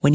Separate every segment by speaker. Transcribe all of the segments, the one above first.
Speaker 1: When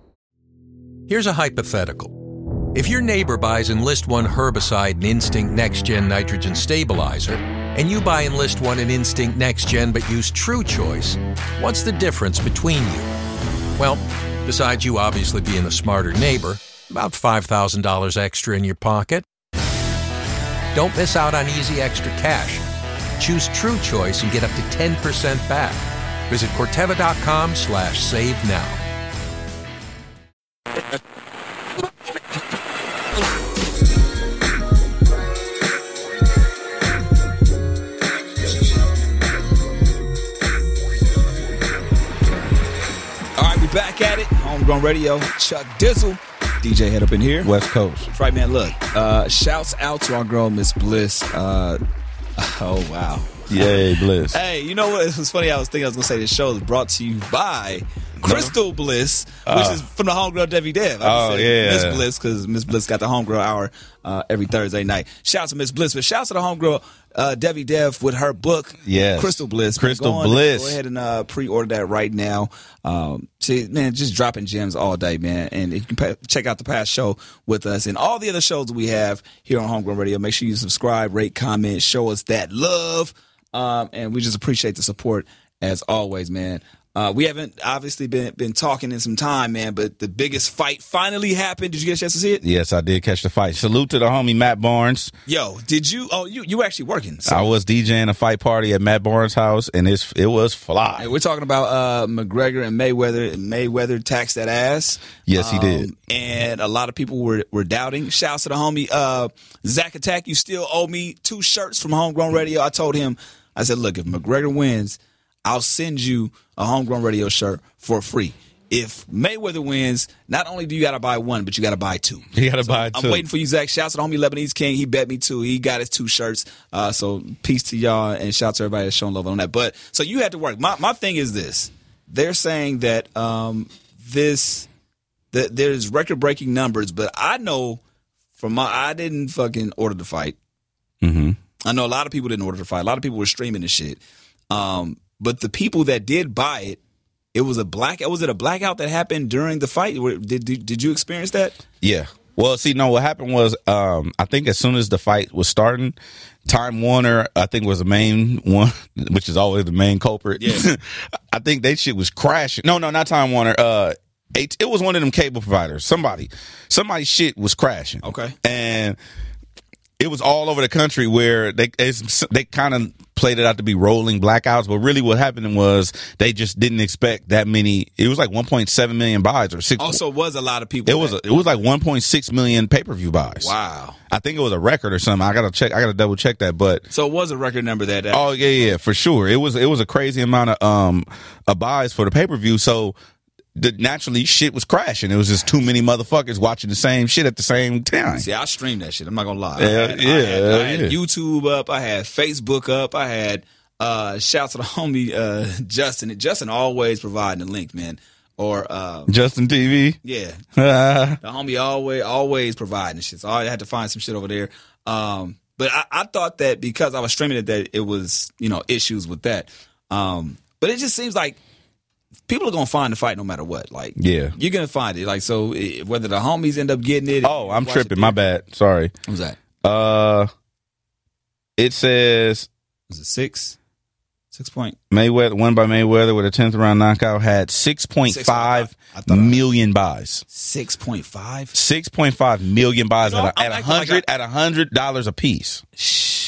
Speaker 2: Here's a hypothetical. If your neighbor buys Enlist One herbicide and Instinct Next Gen nitrogen stabilizer, and you buy Enlist One and Instinct Next Gen but use True Choice, what's the difference between you? Well, besides you obviously being a smarter neighbor, about $5,000 extra in your pocket. Don't miss out on easy extra cash. Choose True Choice and get up to 10% back. Visit Corteva.com slash save now.
Speaker 3: All right, we back at it. Homegrown Radio, Chuck Dizzle, DJ head up in here.
Speaker 4: West Coast.
Speaker 3: That's right, man. Look, uh, shouts out to our girl Miss Bliss. Uh, oh wow.
Speaker 4: Yay, bliss.
Speaker 3: Hey, you know what? It was funny. I was thinking I was gonna say this show is brought to you by Crystal Bliss, which is from the homegirl Debbie Dev. I just
Speaker 4: Uh. Oh,
Speaker 3: said
Speaker 4: yeah.
Speaker 3: Miss Bliss because Miss Bliss got the homegirl hour uh, every Thursday night. Shout out to Miss Bliss, but shout out to the homegirl uh, Debbie Dev with her book,
Speaker 4: Yes.
Speaker 3: Crystal Bliss. Man,
Speaker 4: Crystal
Speaker 3: go on-
Speaker 4: Bliss.
Speaker 3: Go ahead and uh, pre-order that right now. Um, she, man, just dropping gems all day, man. And you can pa- check out the past show with us and all the other shows that we have here on Homegrown Radio. Make sure you subscribe, rate, comment, show us that love. Um, and we just appreciate the support as always, man. Uh, we haven't obviously been been talking in some time, man. But the biggest fight finally happened. Did you get a chance to see it?
Speaker 4: Yes, I did catch the fight. Salute to the homie Matt Barnes.
Speaker 3: Yo, did you? Oh, you you were actually working. So.
Speaker 4: I was DJing a fight party at Matt Barnes' house, and it's it was fly.
Speaker 3: Hey, we're talking about uh, McGregor and Mayweather. And Mayweather taxed that ass. Um,
Speaker 4: Yes, he did.
Speaker 3: And a lot of people were, were doubting. Shouts to the homie uh, Zach Attack. You still owe me two shirts from Homegrown Radio. I told him, I said, look, if McGregor wins, I'll send you a Homegrown Radio shirt for free. If Mayweather wins, not only do you got to buy one, but you got to buy two.
Speaker 4: You gotta buy
Speaker 3: I'm
Speaker 4: two.
Speaker 3: waiting for you, Zach. Shouts to the homie Lebanese King. He bet me too. He got his two shirts. Uh, so peace to y'all and shout to everybody that's showing love on that. But so you had to work. My my thing is this: they're saying that um, this that there's record breaking numbers, but I know from my I didn't fucking order the fight. I know a lot of people didn't order the fight. A lot of people were streaming this shit. Um, but the people that did buy it, it was a black. Was it a blackout that happened during the fight? Were- Did did, did you experience that?
Speaker 4: Yeah. Well, see, no, what happened was, um, I think as soon as the fight was starting, Time Warner, I think was the main one, which is always the main culprit.
Speaker 3: Yeah.
Speaker 4: I think that shit was crashing. No, no, not Time Warner. Uh, it, it was one of them cable providers. Somebody, somebody's shit was crashing.
Speaker 3: Okay.
Speaker 4: And it was all over the country where they it's, they kind of played it out to be rolling blackouts, but really what happened was they just didn't expect that many. It was like 1.7 million buys or six.
Speaker 3: Also, Oh, was a lot of people.
Speaker 4: It was a,
Speaker 3: that-
Speaker 4: it was like 1.6 million pay per view buys.
Speaker 3: wow.
Speaker 4: I think it was a record or something. I gotta check. I gotta double check that. But
Speaker 3: So it was a record number that. that
Speaker 4: oh yeah, yeah, for sure. It was it was a crazy amount of um of buys for the pay per view. So the, naturally, shit was crashing. It was just too many motherfuckers watching the same shit at the same time.
Speaker 3: See, I streamed that shit. I'm not gonna lie. I
Speaker 4: Yeah,
Speaker 3: had, I
Speaker 4: yeah,
Speaker 3: had, I had
Speaker 4: yeah.
Speaker 3: YouTube up. I had Facebook up. I had uh, shouts to the homie uh, Justin. Justin always providing the link, man. Or uh,
Speaker 4: Justin TV.
Speaker 3: yeah,
Speaker 4: Ah.
Speaker 3: the homie always always providing shit. So I had to find some shit over there. Um, but I, I thought that because I was streaming it, that it was you know issues with that. Um, but it just seems like people are gonna find the fight no matter what. Like
Speaker 4: Yeah.
Speaker 3: you're gonna find it. Like so eh, whether the homies end up getting it.
Speaker 4: oh, I'm
Speaker 3: watch it
Speaker 4: tripping. My
Speaker 3: there-
Speaker 4: bad. Sorry.
Speaker 3: What was that?
Speaker 4: Uh, it says
Speaker 3: was it six? Six point.
Speaker 4: Mayweather won by Mayweather with a tenth round knockout had 6.5
Speaker 3: I thought I-
Speaker 4: million buys.
Speaker 3: Six point five.
Speaker 4: Six point five million buys
Speaker 3: You know,
Speaker 4: at a
Speaker 3: I'm
Speaker 4: at a
Speaker 3: acting like
Speaker 4: hundred at a hundred dollars a piece.
Speaker 3: Shit.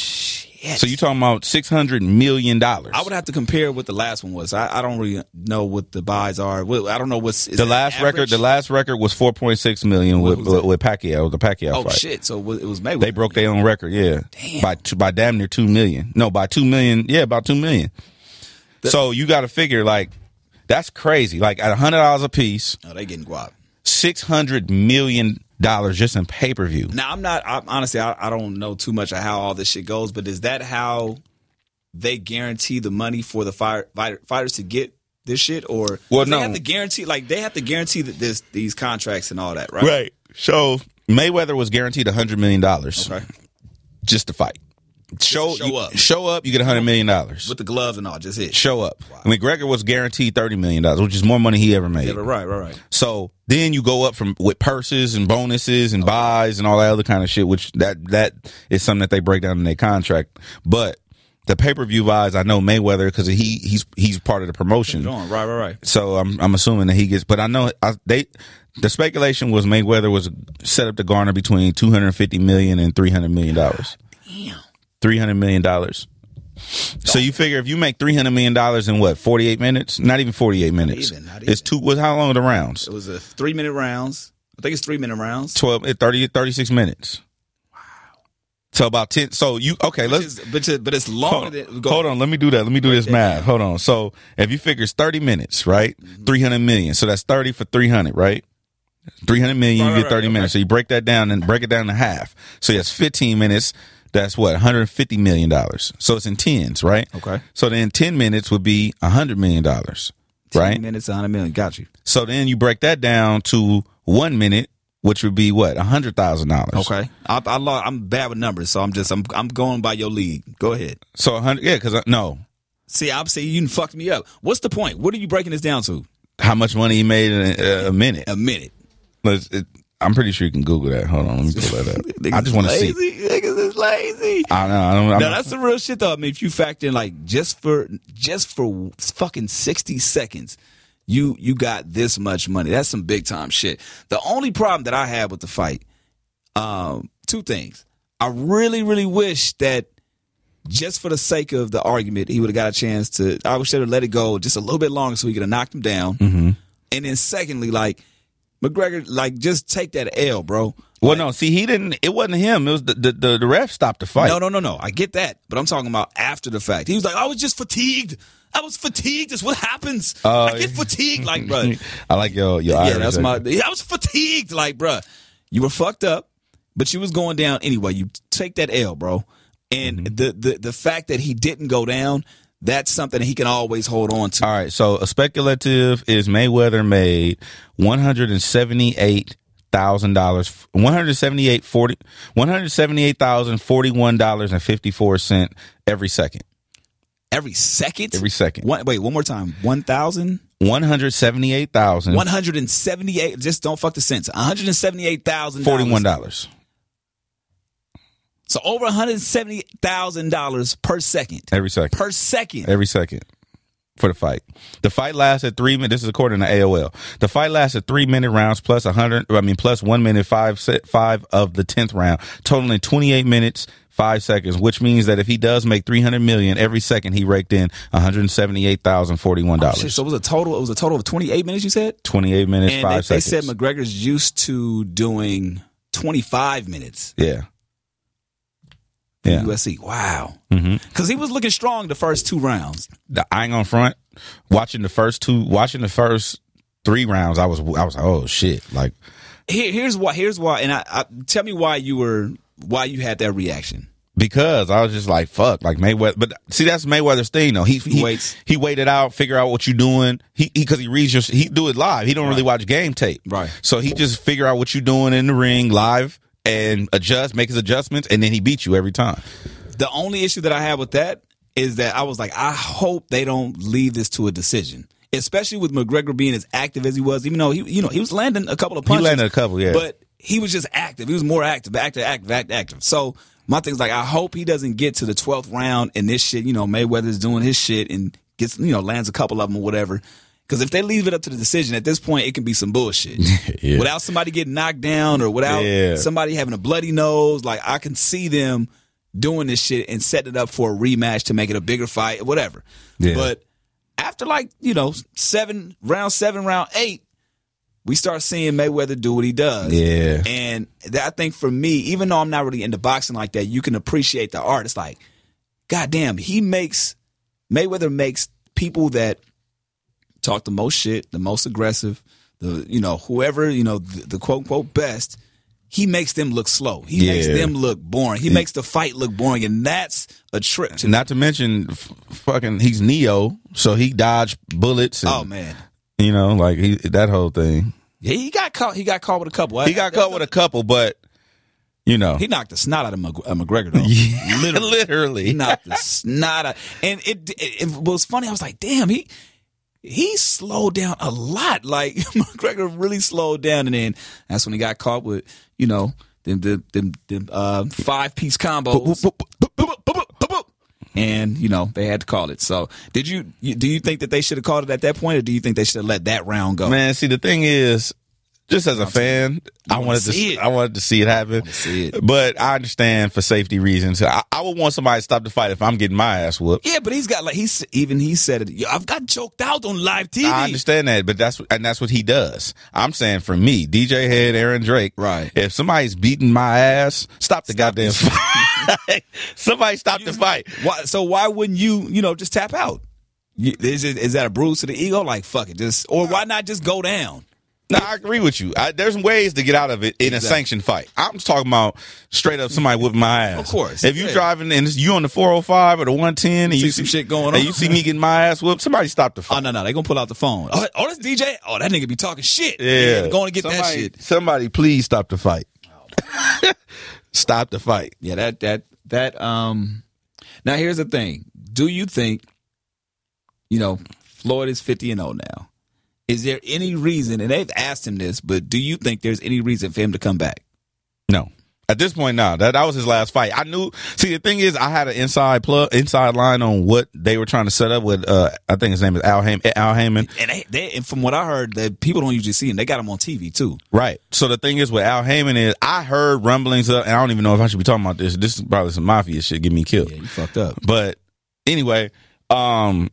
Speaker 4: So you talking about six hundred million dollars?
Speaker 3: I would have to compare what the last one was. I, I don't really know what the buys are. What- I don't know what's is
Speaker 4: the
Speaker 3: it
Speaker 4: last
Speaker 3: average?
Speaker 4: record. The last record was four point six million
Speaker 3: What
Speaker 4: with
Speaker 3: was
Speaker 4: with,
Speaker 3: that?
Speaker 4: with Pacquiao. The Pacquiao
Speaker 3: Oh
Speaker 4: fight.
Speaker 3: shit! So it was Mayweather.
Speaker 4: They broke their own record. Yeah,
Speaker 3: Damn.
Speaker 4: by two, by damn near two million. No, by two million. Yeah, about two million. so you got to figure like that's crazy. Like at a hundred dollars a piece.
Speaker 3: No, Oh, they getting guap.
Speaker 4: six hundred million dollars just in pay per view.
Speaker 3: Now I'm not I, honestly. I, I don't know too much of how all this shit goes, but is that how they guarantee the money for the fire, fighter, fighters to get this shit, or
Speaker 4: Well,
Speaker 3: they
Speaker 4: no.
Speaker 3: have to guarantee like they have to guarantee that this these contracts and all that, right?
Speaker 4: Right. So Mayweather was guaranteed hundred million dollars
Speaker 3: Okay.
Speaker 4: just to fight. Show,
Speaker 3: show
Speaker 4: you-
Speaker 3: up.
Speaker 4: Show up. You get hundred million dollars.
Speaker 3: With the gloves and all, just it.
Speaker 4: Show up. McGregor was guaranteed thirty million dollars, which is more money he ever made.
Speaker 3: Yeah, but right, right, right.
Speaker 4: So then you go up from with purses and bonuses and buys and all that other kind of shit, which that that is something that they break down in their contract. But the pay per view buys, I know Mayweather because he he's he's part of the promotion.
Speaker 3: Get on, right, right, right.
Speaker 4: So I'm I'm assuming that he gets, but I know I, they the speculation was Mayweather was set up to garner between 250 million and 300 million dollars.
Speaker 3: Damn.
Speaker 4: 300 million dollars. So you figure if you make 300 million dollars in what 48 minutes? Not even 48 minutes.
Speaker 3: even, not
Speaker 4: It's two. Was how long are the rounds?
Speaker 3: It was a three minute rounds. I think it's three minute rounds.
Speaker 4: 12 eh, 30 36 minutes. Wow. So about 10 so you okay,
Speaker 3: Which
Speaker 4: let's
Speaker 3: is- but, it's- but it's
Speaker 4: hold
Speaker 3: longer
Speaker 4: on,
Speaker 3: than
Speaker 4: hold on, let me do that. Let me do this math. Hold on. So if you figure it's 30 minutes, right?
Speaker 3: Mm-hmm.
Speaker 4: 300 million. So that's 30 for 300, right? 300 million,
Speaker 3: Right,
Speaker 4: you
Speaker 3: right,
Speaker 4: get 30
Speaker 3: right,
Speaker 4: minutes. So you break that down and break it down to half. So that's 15 minutes. That's what? $150 million. So it's in tens, right?
Speaker 3: Okay.
Speaker 4: So then 10 minutes would be $100 million, right?
Speaker 3: 10 minutes, a hundred million. Got you.
Speaker 4: So then you break that down to one minute, which would be what hundred thousand dollars.
Speaker 3: Okay. I, I lo- I'm bad with numbers, so I'm just I'm I'm going by your lead. Go ahead.
Speaker 4: So a hundred, yeah, because no,
Speaker 3: See, I'm saying you done fucked me up. What's the point? What are you breaking this down to?
Speaker 4: how much money he made in a, a minute?
Speaker 3: A minute.
Speaker 4: Let's- it- I'm pretty sure you can Google that. Hold on, let me pull that up. I just want to see.
Speaker 3: Lazy. Niggas is lazy.
Speaker 4: I know. I don't. I
Speaker 3: No,
Speaker 4: don't
Speaker 3: that's the real shit though. I mean, if you factor in like just for just for fucking sixty seconds, you you got this much money. That's some big time shit. The only problem that I had with the fight, um, two things. I really, really wish that just for the sake of the argument, he would have got a chance to. I wish they would have let it go just a little bit longer so he could have knocked him down. And then secondly, like McGregor, like just take that L, bro.
Speaker 4: well, no. See, he didn't. It wasn't him. It was the the, the, the ref stopped the fight.
Speaker 3: No, no, no, no. I get that, but I'm talking about after the fact. He was like, I was just fatigued. I was fatigued. That's what happens.
Speaker 4: Oh,
Speaker 3: I get
Speaker 4: yeah.
Speaker 3: fatigued, like, bro.
Speaker 4: I like your your.
Speaker 3: yeah,
Speaker 4: Irish
Speaker 3: that's my.
Speaker 4: accent.
Speaker 3: I was fatigued, like, bro. You were fucked up, but you was going down anyway. You take that L, bro. And
Speaker 4: Mm-hmm.
Speaker 3: the, the the fact that he didn't go down, that's something that he can always hold on to.
Speaker 4: All right. So a speculative is Mayweather made one hundred and seventy eight thousand dollars one hundred seventy eight forty one hundred seventy eight thousand forty one dollars and fifty four cent every second
Speaker 3: Every second.
Speaker 4: every second Mm-hmm.
Speaker 3: One, wait, one more time. One thousand.
Speaker 4: one hundred seventy eight thousand
Speaker 3: 178 just don't fuck the cents. 178,000
Speaker 4: forty one dollars
Speaker 3: So over one hundred seventy thousand dollars per second.
Speaker 4: every second
Speaker 3: Per second.
Speaker 4: every second for the fight. The fight lasted three minutes. This is according to AOL. The fight lasted three minute rounds plus a hundred. I mean, plus one minute five se- five of the tenth round, totaling twenty eight minutes five seconds. Which means that if he does make three hundred million every second, he raked in one hundred seventy eight thousand forty one
Speaker 3: Oh, Shit,
Speaker 4: dollars.
Speaker 3: so it was a total. It was a total of twenty eight minutes. You said,
Speaker 4: twenty eight minutes
Speaker 3: and they,
Speaker 4: five
Speaker 3: they
Speaker 4: seconds.
Speaker 3: said McGregor's used to doing twenty five minutes.
Speaker 4: yeah,
Speaker 3: in
Speaker 4: Yeah. Mm-hmm.
Speaker 3: USC. Wow. Because he was looking strong the first two rounds.
Speaker 4: the, I ain't on front. Watching the first two, watching the first three rounds, I was I was like, oh shit, like
Speaker 3: Here, here's why. Here's why. And I, I tell me why you were why you had that reaction.
Speaker 4: because I was just like, fuck, like Mayweather. But see, that's Mayweather's thing though. He, he
Speaker 3: waits.
Speaker 4: He waited out, figure out what you doing. He because he, reads your he do it live. He don't really watch game tape.
Speaker 3: Right.
Speaker 4: So he just figure out what you doing in the ring live and adjust, make his adjustments, and then he beat you every time.
Speaker 3: The only issue that I had with that is that I was like, I hope they don't leave this to a decision. Especially with McGregor being as active as he was, even though he, you know, he was landing a couple of punches.
Speaker 4: landed a couple, yeah.
Speaker 3: But he was just active. He was more active, active, active, active, active. So my thing's like, I hope he doesn't get to the twelfth round and this shit. You know, Mayweather's doing his shit and gets, you know, lands a couple of them or whatever. Because if they leave it up to the decision at this point, it can be some bullshit.
Speaker 4: Yeah.
Speaker 3: Without somebody getting knocked down or without
Speaker 4: Yeah.
Speaker 3: somebody having a bloody nose, like I can see them doing this shit and setting it up for a rematch to make it a bigger fight, whatever.
Speaker 4: Yeah.
Speaker 3: But after like you know seven round seven round eight we start seeing mayweather do what he does
Speaker 4: Yeah.
Speaker 3: and that, i think for me even though i'm not really into boxing like that you can appreciate the art it's like goddamn he makes mayweather makes people that talk the most shit the most aggressive the you know whoever you know the, the quote unquote best. He makes them look slow. He makes
Speaker 4: Yeah.
Speaker 3: them look boring. He makes the fight look boring, and that's a trip to me.
Speaker 4: Not to mention, f- fucking, he's Neo, so he dodged bullets. And,
Speaker 3: Oh man,
Speaker 4: you know, like he, that whole thing.
Speaker 3: he got caught. He got caught with a couple.
Speaker 4: He got caught with a couple, but you know,
Speaker 3: He knocked the snot out of Mc- uh, McGregor though.
Speaker 4: literally,
Speaker 3: He knocked the snot out. And it, it, it was funny. I was like, damn, he he slowed down a lot. Like McGregor really slowed down, and then that's when he got caught with you know them them them, them uh, five piece combos. And you know they had to call it. So did you? you- Do you think that they should have called it at that point, or do you think they should have let that round go?
Speaker 4: Man, see the thing is, just as a fan, I
Speaker 3: wanna
Speaker 4: wanted
Speaker 3: see
Speaker 4: to see
Speaker 3: it.
Speaker 4: I wanted to see it happen.
Speaker 3: see it.
Speaker 4: But I understand for safety reasons. I, I would want somebody to stop the fight if I'm getting my ass whooped.
Speaker 3: Yeah, but he's got like he's even he said it. "Yo, I've got choked out on live TV.
Speaker 4: I understand that, but that's and that's what he does. I'm saying for me, DJ Head, Aaron Drake.
Speaker 3: Right.
Speaker 4: If somebody's beating my ass, stop the goddamn fight. Somebody stop the fight.
Speaker 3: Why, so why wouldn't you, you know, just tap out? You- Is, it, is that a bruise to the ego? Like fuck it, just or why not just go down?
Speaker 4: No, I agree with you. I, there's ways to get out of it in
Speaker 3: Exactly.
Speaker 4: a sanctioned fight. I'm just talking about straight up somebody whipping my ass.
Speaker 3: Of course,
Speaker 4: If you
Speaker 3: yeah.
Speaker 4: driving and it's- you on the 405 or the 110 and
Speaker 3: See
Speaker 4: you
Speaker 3: some shit going on.
Speaker 4: and you see me getting my ass whooped, somebody stop the
Speaker 3: Oh
Speaker 4: fight.
Speaker 3: no, no, they gonna pull out the phone. Oh, oh that's DJ. Oh, that nigga be talking shit.
Speaker 4: yeah,
Speaker 3: going to get that
Speaker 4: Somebody-
Speaker 3: shit.
Speaker 4: Somebody, please stop the fight. stop the fight.
Speaker 3: Yeah, that that that. Um, now here's the thing. Do you think, you know, Floyd is fifty and zero now? Is there any reason? And they've asked him this, but do you think there's any reason for him to come back?
Speaker 4: No. At this point, nah. That that was his last fight. I knew. See, the thing is, I had an inside plug, inside line on what they were trying to set up with. Uh, I think his name is Al Heyman. Al Heyman.
Speaker 3: And they, they and from what I heard, that people don't usually see him. They got him on TV too.
Speaker 4: Right. So the thing is with Al Heyman is I heard rumblings of, and I don't even know if I should be talking about this. This is probably some mafia shit. Get me killed.
Speaker 3: Yeah, you fucked up.
Speaker 4: But anyway, um,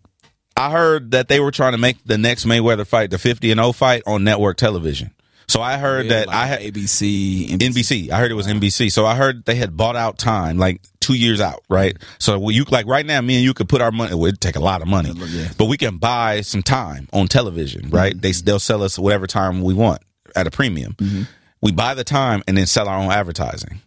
Speaker 4: I heard that they were trying to make the next Mayweather fight, the fifty and 0 fight, on network television. So I heard that I had
Speaker 3: ABC,
Speaker 4: NBC. I heard it was NBC. So I heard they had bought out time, like two years out, right? So we- you like right now, me and you could put our money. It would take a lot of money,
Speaker 3: Yeah. Mm-hmm.
Speaker 4: but we can buy some time on television, right? They they'll sell us whatever time we want at a premium.
Speaker 3: Mm-hmm.
Speaker 4: We buy the time and then sell our own advertising.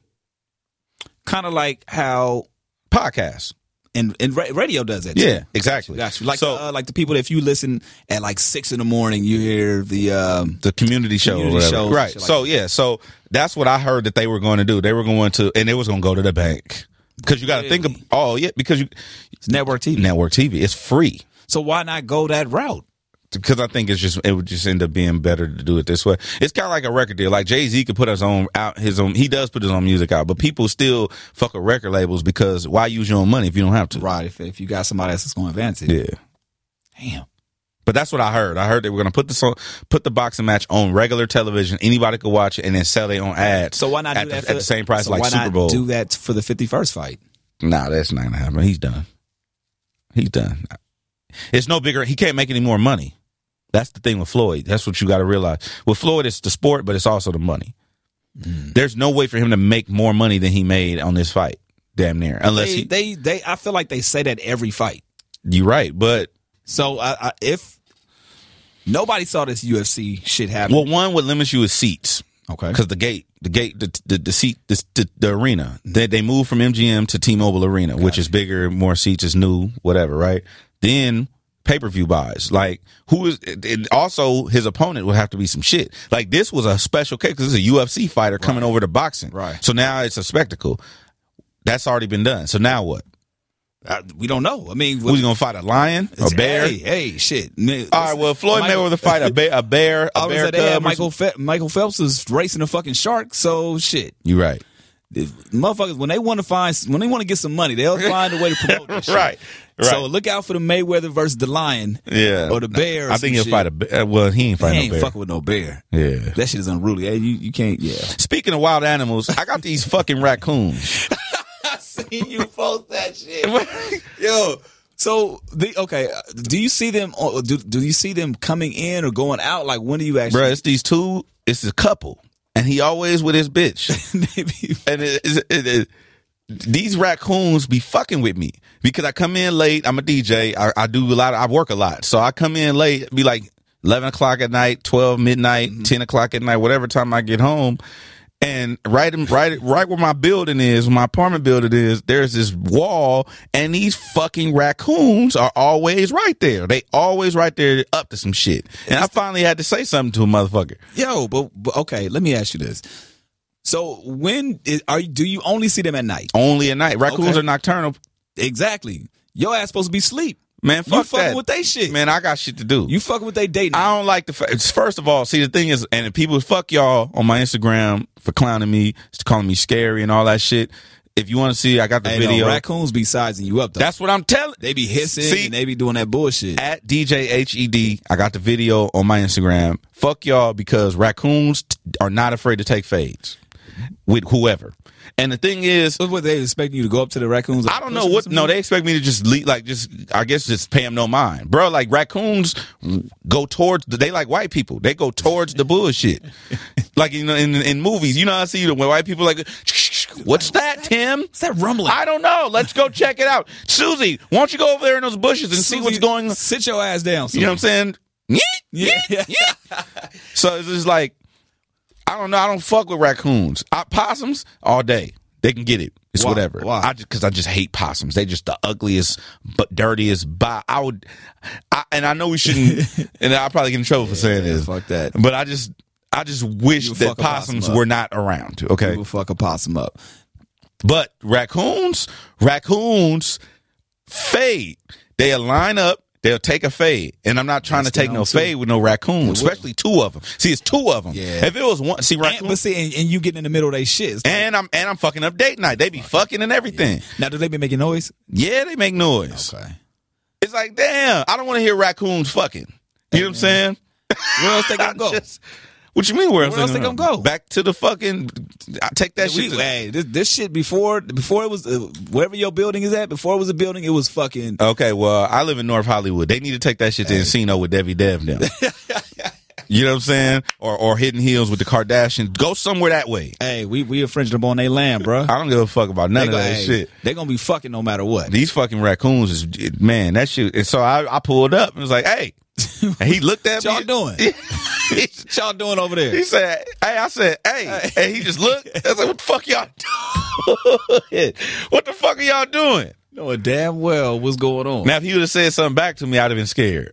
Speaker 3: Kind of like how
Speaker 4: Podcasts,
Speaker 3: and and ra- radio does that.
Speaker 4: yeah,
Speaker 3: too.
Speaker 4: exactly.
Speaker 3: got you. Like
Speaker 4: so,
Speaker 3: uh, like the people that if you listen at like six in the morning, you hear the um,
Speaker 4: the community show,
Speaker 3: Community
Speaker 4: or whatever.
Speaker 3: shows and
Speaker 4: right?
Speaker 3: shit like
Speaker 4: so yeah, so that's what I heard that they were going to do. They were going to, and it was going to go to the bank because you got to think of
Speaker 3: Really?
Speaker 4: oh yeah, because you
Speaker 3: it's network TV.
Speaker 4: network TV, it's free.
Speaker 3: So why not go that route?
Speaker 4: because I think it's just it would just end up being better to do it this way. It's kind of like a record deal. Like Jay Z could put his own out his own. He does put his own music out, but people still fuck with record labels because why use your own money if you don't have to?
Speaker 3: Right. If, if you got somebody else that's going to advance it.
Speaker 4: Yeah.
Speaker 3: Damn.
Speaker 4: But that's what I heard. I heard they were gonna put the song, put the boxing match on regular television. Anybody could watch it and then sell their own ads.
Speaker 3: So why not
Speaker 4: at,
Speaker 3: do
Speaker 4: the,
Speaker 3: that
Speaker 4: at the same price
Speaker 3: so
Speaker 4: like
Speaker 3: why
Speaker 4: Super
Speaker 3: not
Speaker 4: Bowl?
Speaker 3: Do that for the fifty first fight.
Speaker 4: nah, that's not gonna happen. He's done. He's done. It's no bigger. He can't make any more money. That's the thing with Floyd. That's what you got to realize. With Floyd, it's the sport, but it's also the money. There's no way for him to make more money than he made on this fight, damn near. Unless
Speaker 3: They,
Speaker 4: he,
Speaker 3: they they I feel like they say that every fight.
Speaker 4: you're right, but
Speaker 3: So I, I, if nobody saw this UFC shit happen,
Speaker 4: well, one what limits you is seats
Speaker 3: okay,
Speaker 4: because the gate, the gate, the the, the seat, the, the the arena. They they moved from MGM to T-Mobile Arena, which is bigger, more seats, is new, whatever, right? Then pay per view buys. Like who is? And also, his opponent would have to be some shit. Like this was a special case because it's a UFC fighter coming over to boxing,
Speaker 3: Right.
Speaker 4: So now it's a spectacle. That's already been done. So now what?
Speaker 3: I, we don't know. I mean,
Speaker 4: Who's gonna fight a lion, a bear?
Speaker 3: Hey, hey, shit. Man,
Speaker 4: All right. Well, Floyd
Speaker 3: Michael-
Speaker 4: Mayweather fight a bear, a bear,
Speaker 3: I
Speaker 4: a
Speaker 3: was
Speaker 4: bear
Speaker 3: gonna say they had
Speaker 4: cub. or
Speaker 3: Michael Fe- Michael Phelps is racing a fucking shark. So shit,
Speaker 4: some- you right.
Speaker 3: If- motherfuckers. When they want to find, when they want to get some money, they'll find a way to promote this shit.
Speaker 4: Right. Right.
Speaker 3: So look out for the Mayweather versus the lion.
Speaker 4: Yeah.
Speaker 3: Or the bear.
Speaker 4: I think he'll fight a bear. Well, he ain't
Speaker 3: He
Speaker 4: fighting
Speaker 3: ain't
Speaker 4: no bear.
Speaker 3: fucking with no bear.
Speaker 4: yeah.
Speaker 3: That shit is unruly. Hey, you, you can't. Yeah.
Speaker 4: Speaking of wild animals, I got these fucking raccoons.
Speaker 3: I seen you post that shit. Yo. So the okay, uh, do you see them? or Do do you see them coming in or going out? Like when do you
Speaker 4: Bruh,
Speaker 3: actually?
Speaker 4: it's these two, it's a couple. And he always with his bitch. And it, it, it, it- these raccoons be fucking with me because I come in late. I'm a DJ. I, I do a lot. I work a lot. So I come in late, be like, 11 o'clock at night, 12 midnight, 10 o'clock at night, whatever time I get home. And right, in, right, right where my building is, my apartment building is, there's this wall, and these fucking raccoons are always right there. They always right there, up to some shit. And I finally had to say something to a motherfucker.
Speaker 3: Yo, but, but okay, let me ask you this. So when is, are you, do you only see them at night?
Speaker 4: Only at night, raccoons
Speaker 3: Okay.
Speaker 4: are nocturnal.
Speaker 3: Exactly. Your ass supposed to be asleep.
Speaker 4: Man, fuck
Speaker 3: fucking
Speaker 4: that.
Speaker 3: with they shit.
Speaker 4: Man, I got shit to do.
Speaker 3: You fucking with they dating.
Speaker 4: I don't like the fact. First of all, see the thing is, and if people fuck y'all on my Instagram for clowning me, calling me scary and all that shit. If you want to see, I got the
Speaker 3: Hey, no,
Speaker 4: video.
Speaker 3: raccoons be sizing you up though.
Speaker 4: That's what I'm telling.
Speaker 3: they be hissing
Speaker 4: See-
Speaker 3: and they be doing that bullshit.
Speaker 4: At DJ HED, E I got the video on my Instagram. Fuck y'all because raccoons t- are not afraid to take fades with whoever. And the thing is,
Speaker 3: So what they expecting you to go up to the raccoons? and
Speaker 4: I don't
Speaker 3: push
Speaker 4: know
Speaker 3: them or
Speaker 4: what.
Speaker 3: some
Speaker 4: No,
Speaker 3: shit?
Speaker 4: they expect me to just leave, like just I guess just pay them no mind, bro. Like raccoons go towards. They like white people. They go towards the bullshit. Like you know, in in movies, you know, I see the when white people like. What's that, Tim?
Speaker 3: What's that rumbling?
Speaker 4: I don't know. Let's go check it out. Susie, why don't you go over there in those bushes and see what's
Speaker 3: Susie,
Speaker 4: going on?
Speaker 3: Sit your ass down.
Speaker 4: You know what I'm saying? Yeet,
Speaker 3: Yeah,
Speaker 4: yeet, yeet. so it's just like I don't know. I don't fuck with raccoons. I, possums all day. They can get it. It's
Speaker 3: Why?
Speaker 4: whatever.
Speaker 3: Why?
Speaker 4: I just because I just hate possums. They just the ugliest, but dirtiest. By I would, I, and I know we shouldn't, and I'll probably get in trouble for saying this.
Speaker 3: fuck that.
Speaker 4: But I just, I just wish
Speaker 3: You
Speaker 4: that
Speaker 3: fuck a possum
Speaker 4: possums
Speaker 3: up.
Speaker 4: were not around. Okay,
Speaker 3: People fuck a possum up.
Speaker 4: but raccoons, raccoons fade. They'll line up. They'll take a fade, and I'm not trying
Speaker 3: That's
Speaker 4: to take
Speaker 3: down
Speaker 4: no
Speaker 3: too.
Speaker 4: fade with no raccoons, especially two of them. See, it's two of them.
Speaker 3: Yeah.
Speaker 4: If it was one, see
Speaker 3: And, but
Speaker 4: raccoons,
Speaker 3: see, and, and you getting in the middle of they shit. It's like-
Speaker 4: and I'm and I'm fucking up date night. They be fucking and everything.
Speaker 3: now, do they be making noise?
Speaker 4: Yeah, they make noise.
Speaker 3: Okay.
Speaker 4: It's like damn, I don't want to hear raccoons fucking. You know what I'm saying?
Speaker 3: Where else they gonna
Speaker 4: I
Speaker 3: go?
Speaker 4: just- what you mean? Where,
Speaker 3: Where else they gonna go?
Speaker 4: Back to the fucking. I take that
Speaker 3: We-
Speaker 4: shit. to-
Speaker 3: hey, this, this shit before before it was uh, wherever your building is at. Before it was a building, it was fucking. uh,
Speaker 4: Okay, well, I live in North Hollywood. They need to take that shit to Encino with Debbie Dev now. you know what I'm saying? Or or Hidden Hills with the Kardashians. Go somewhere that way.
Speaker 3: Hey, we we infringed upon their land, bro.
Speaker 4: I don't give a fuck about none of that shit.
Speaker 3: They gonna be fucking no matter what.
Speaker 4: These fucking raccoons is it- man, that shit. And so I, I pulled up and was like, hey. And he looked
Speaker 3: What
Speaker 4: at
Speaker 3: y'all
Speaker 4: me.
Speaker 3: doing?
Speaker 4: he,
Speaker 3: What y'all doing over there?
Speaker 4: he said, hey, I said, hey. And he just looked. I said, what the fuck y'all doing? what the fuck are y'all doing?
Speaker 3: Knowing damn well what's going on.
Speaker 4: Now, if he would have said something back to me, I'd have been scared.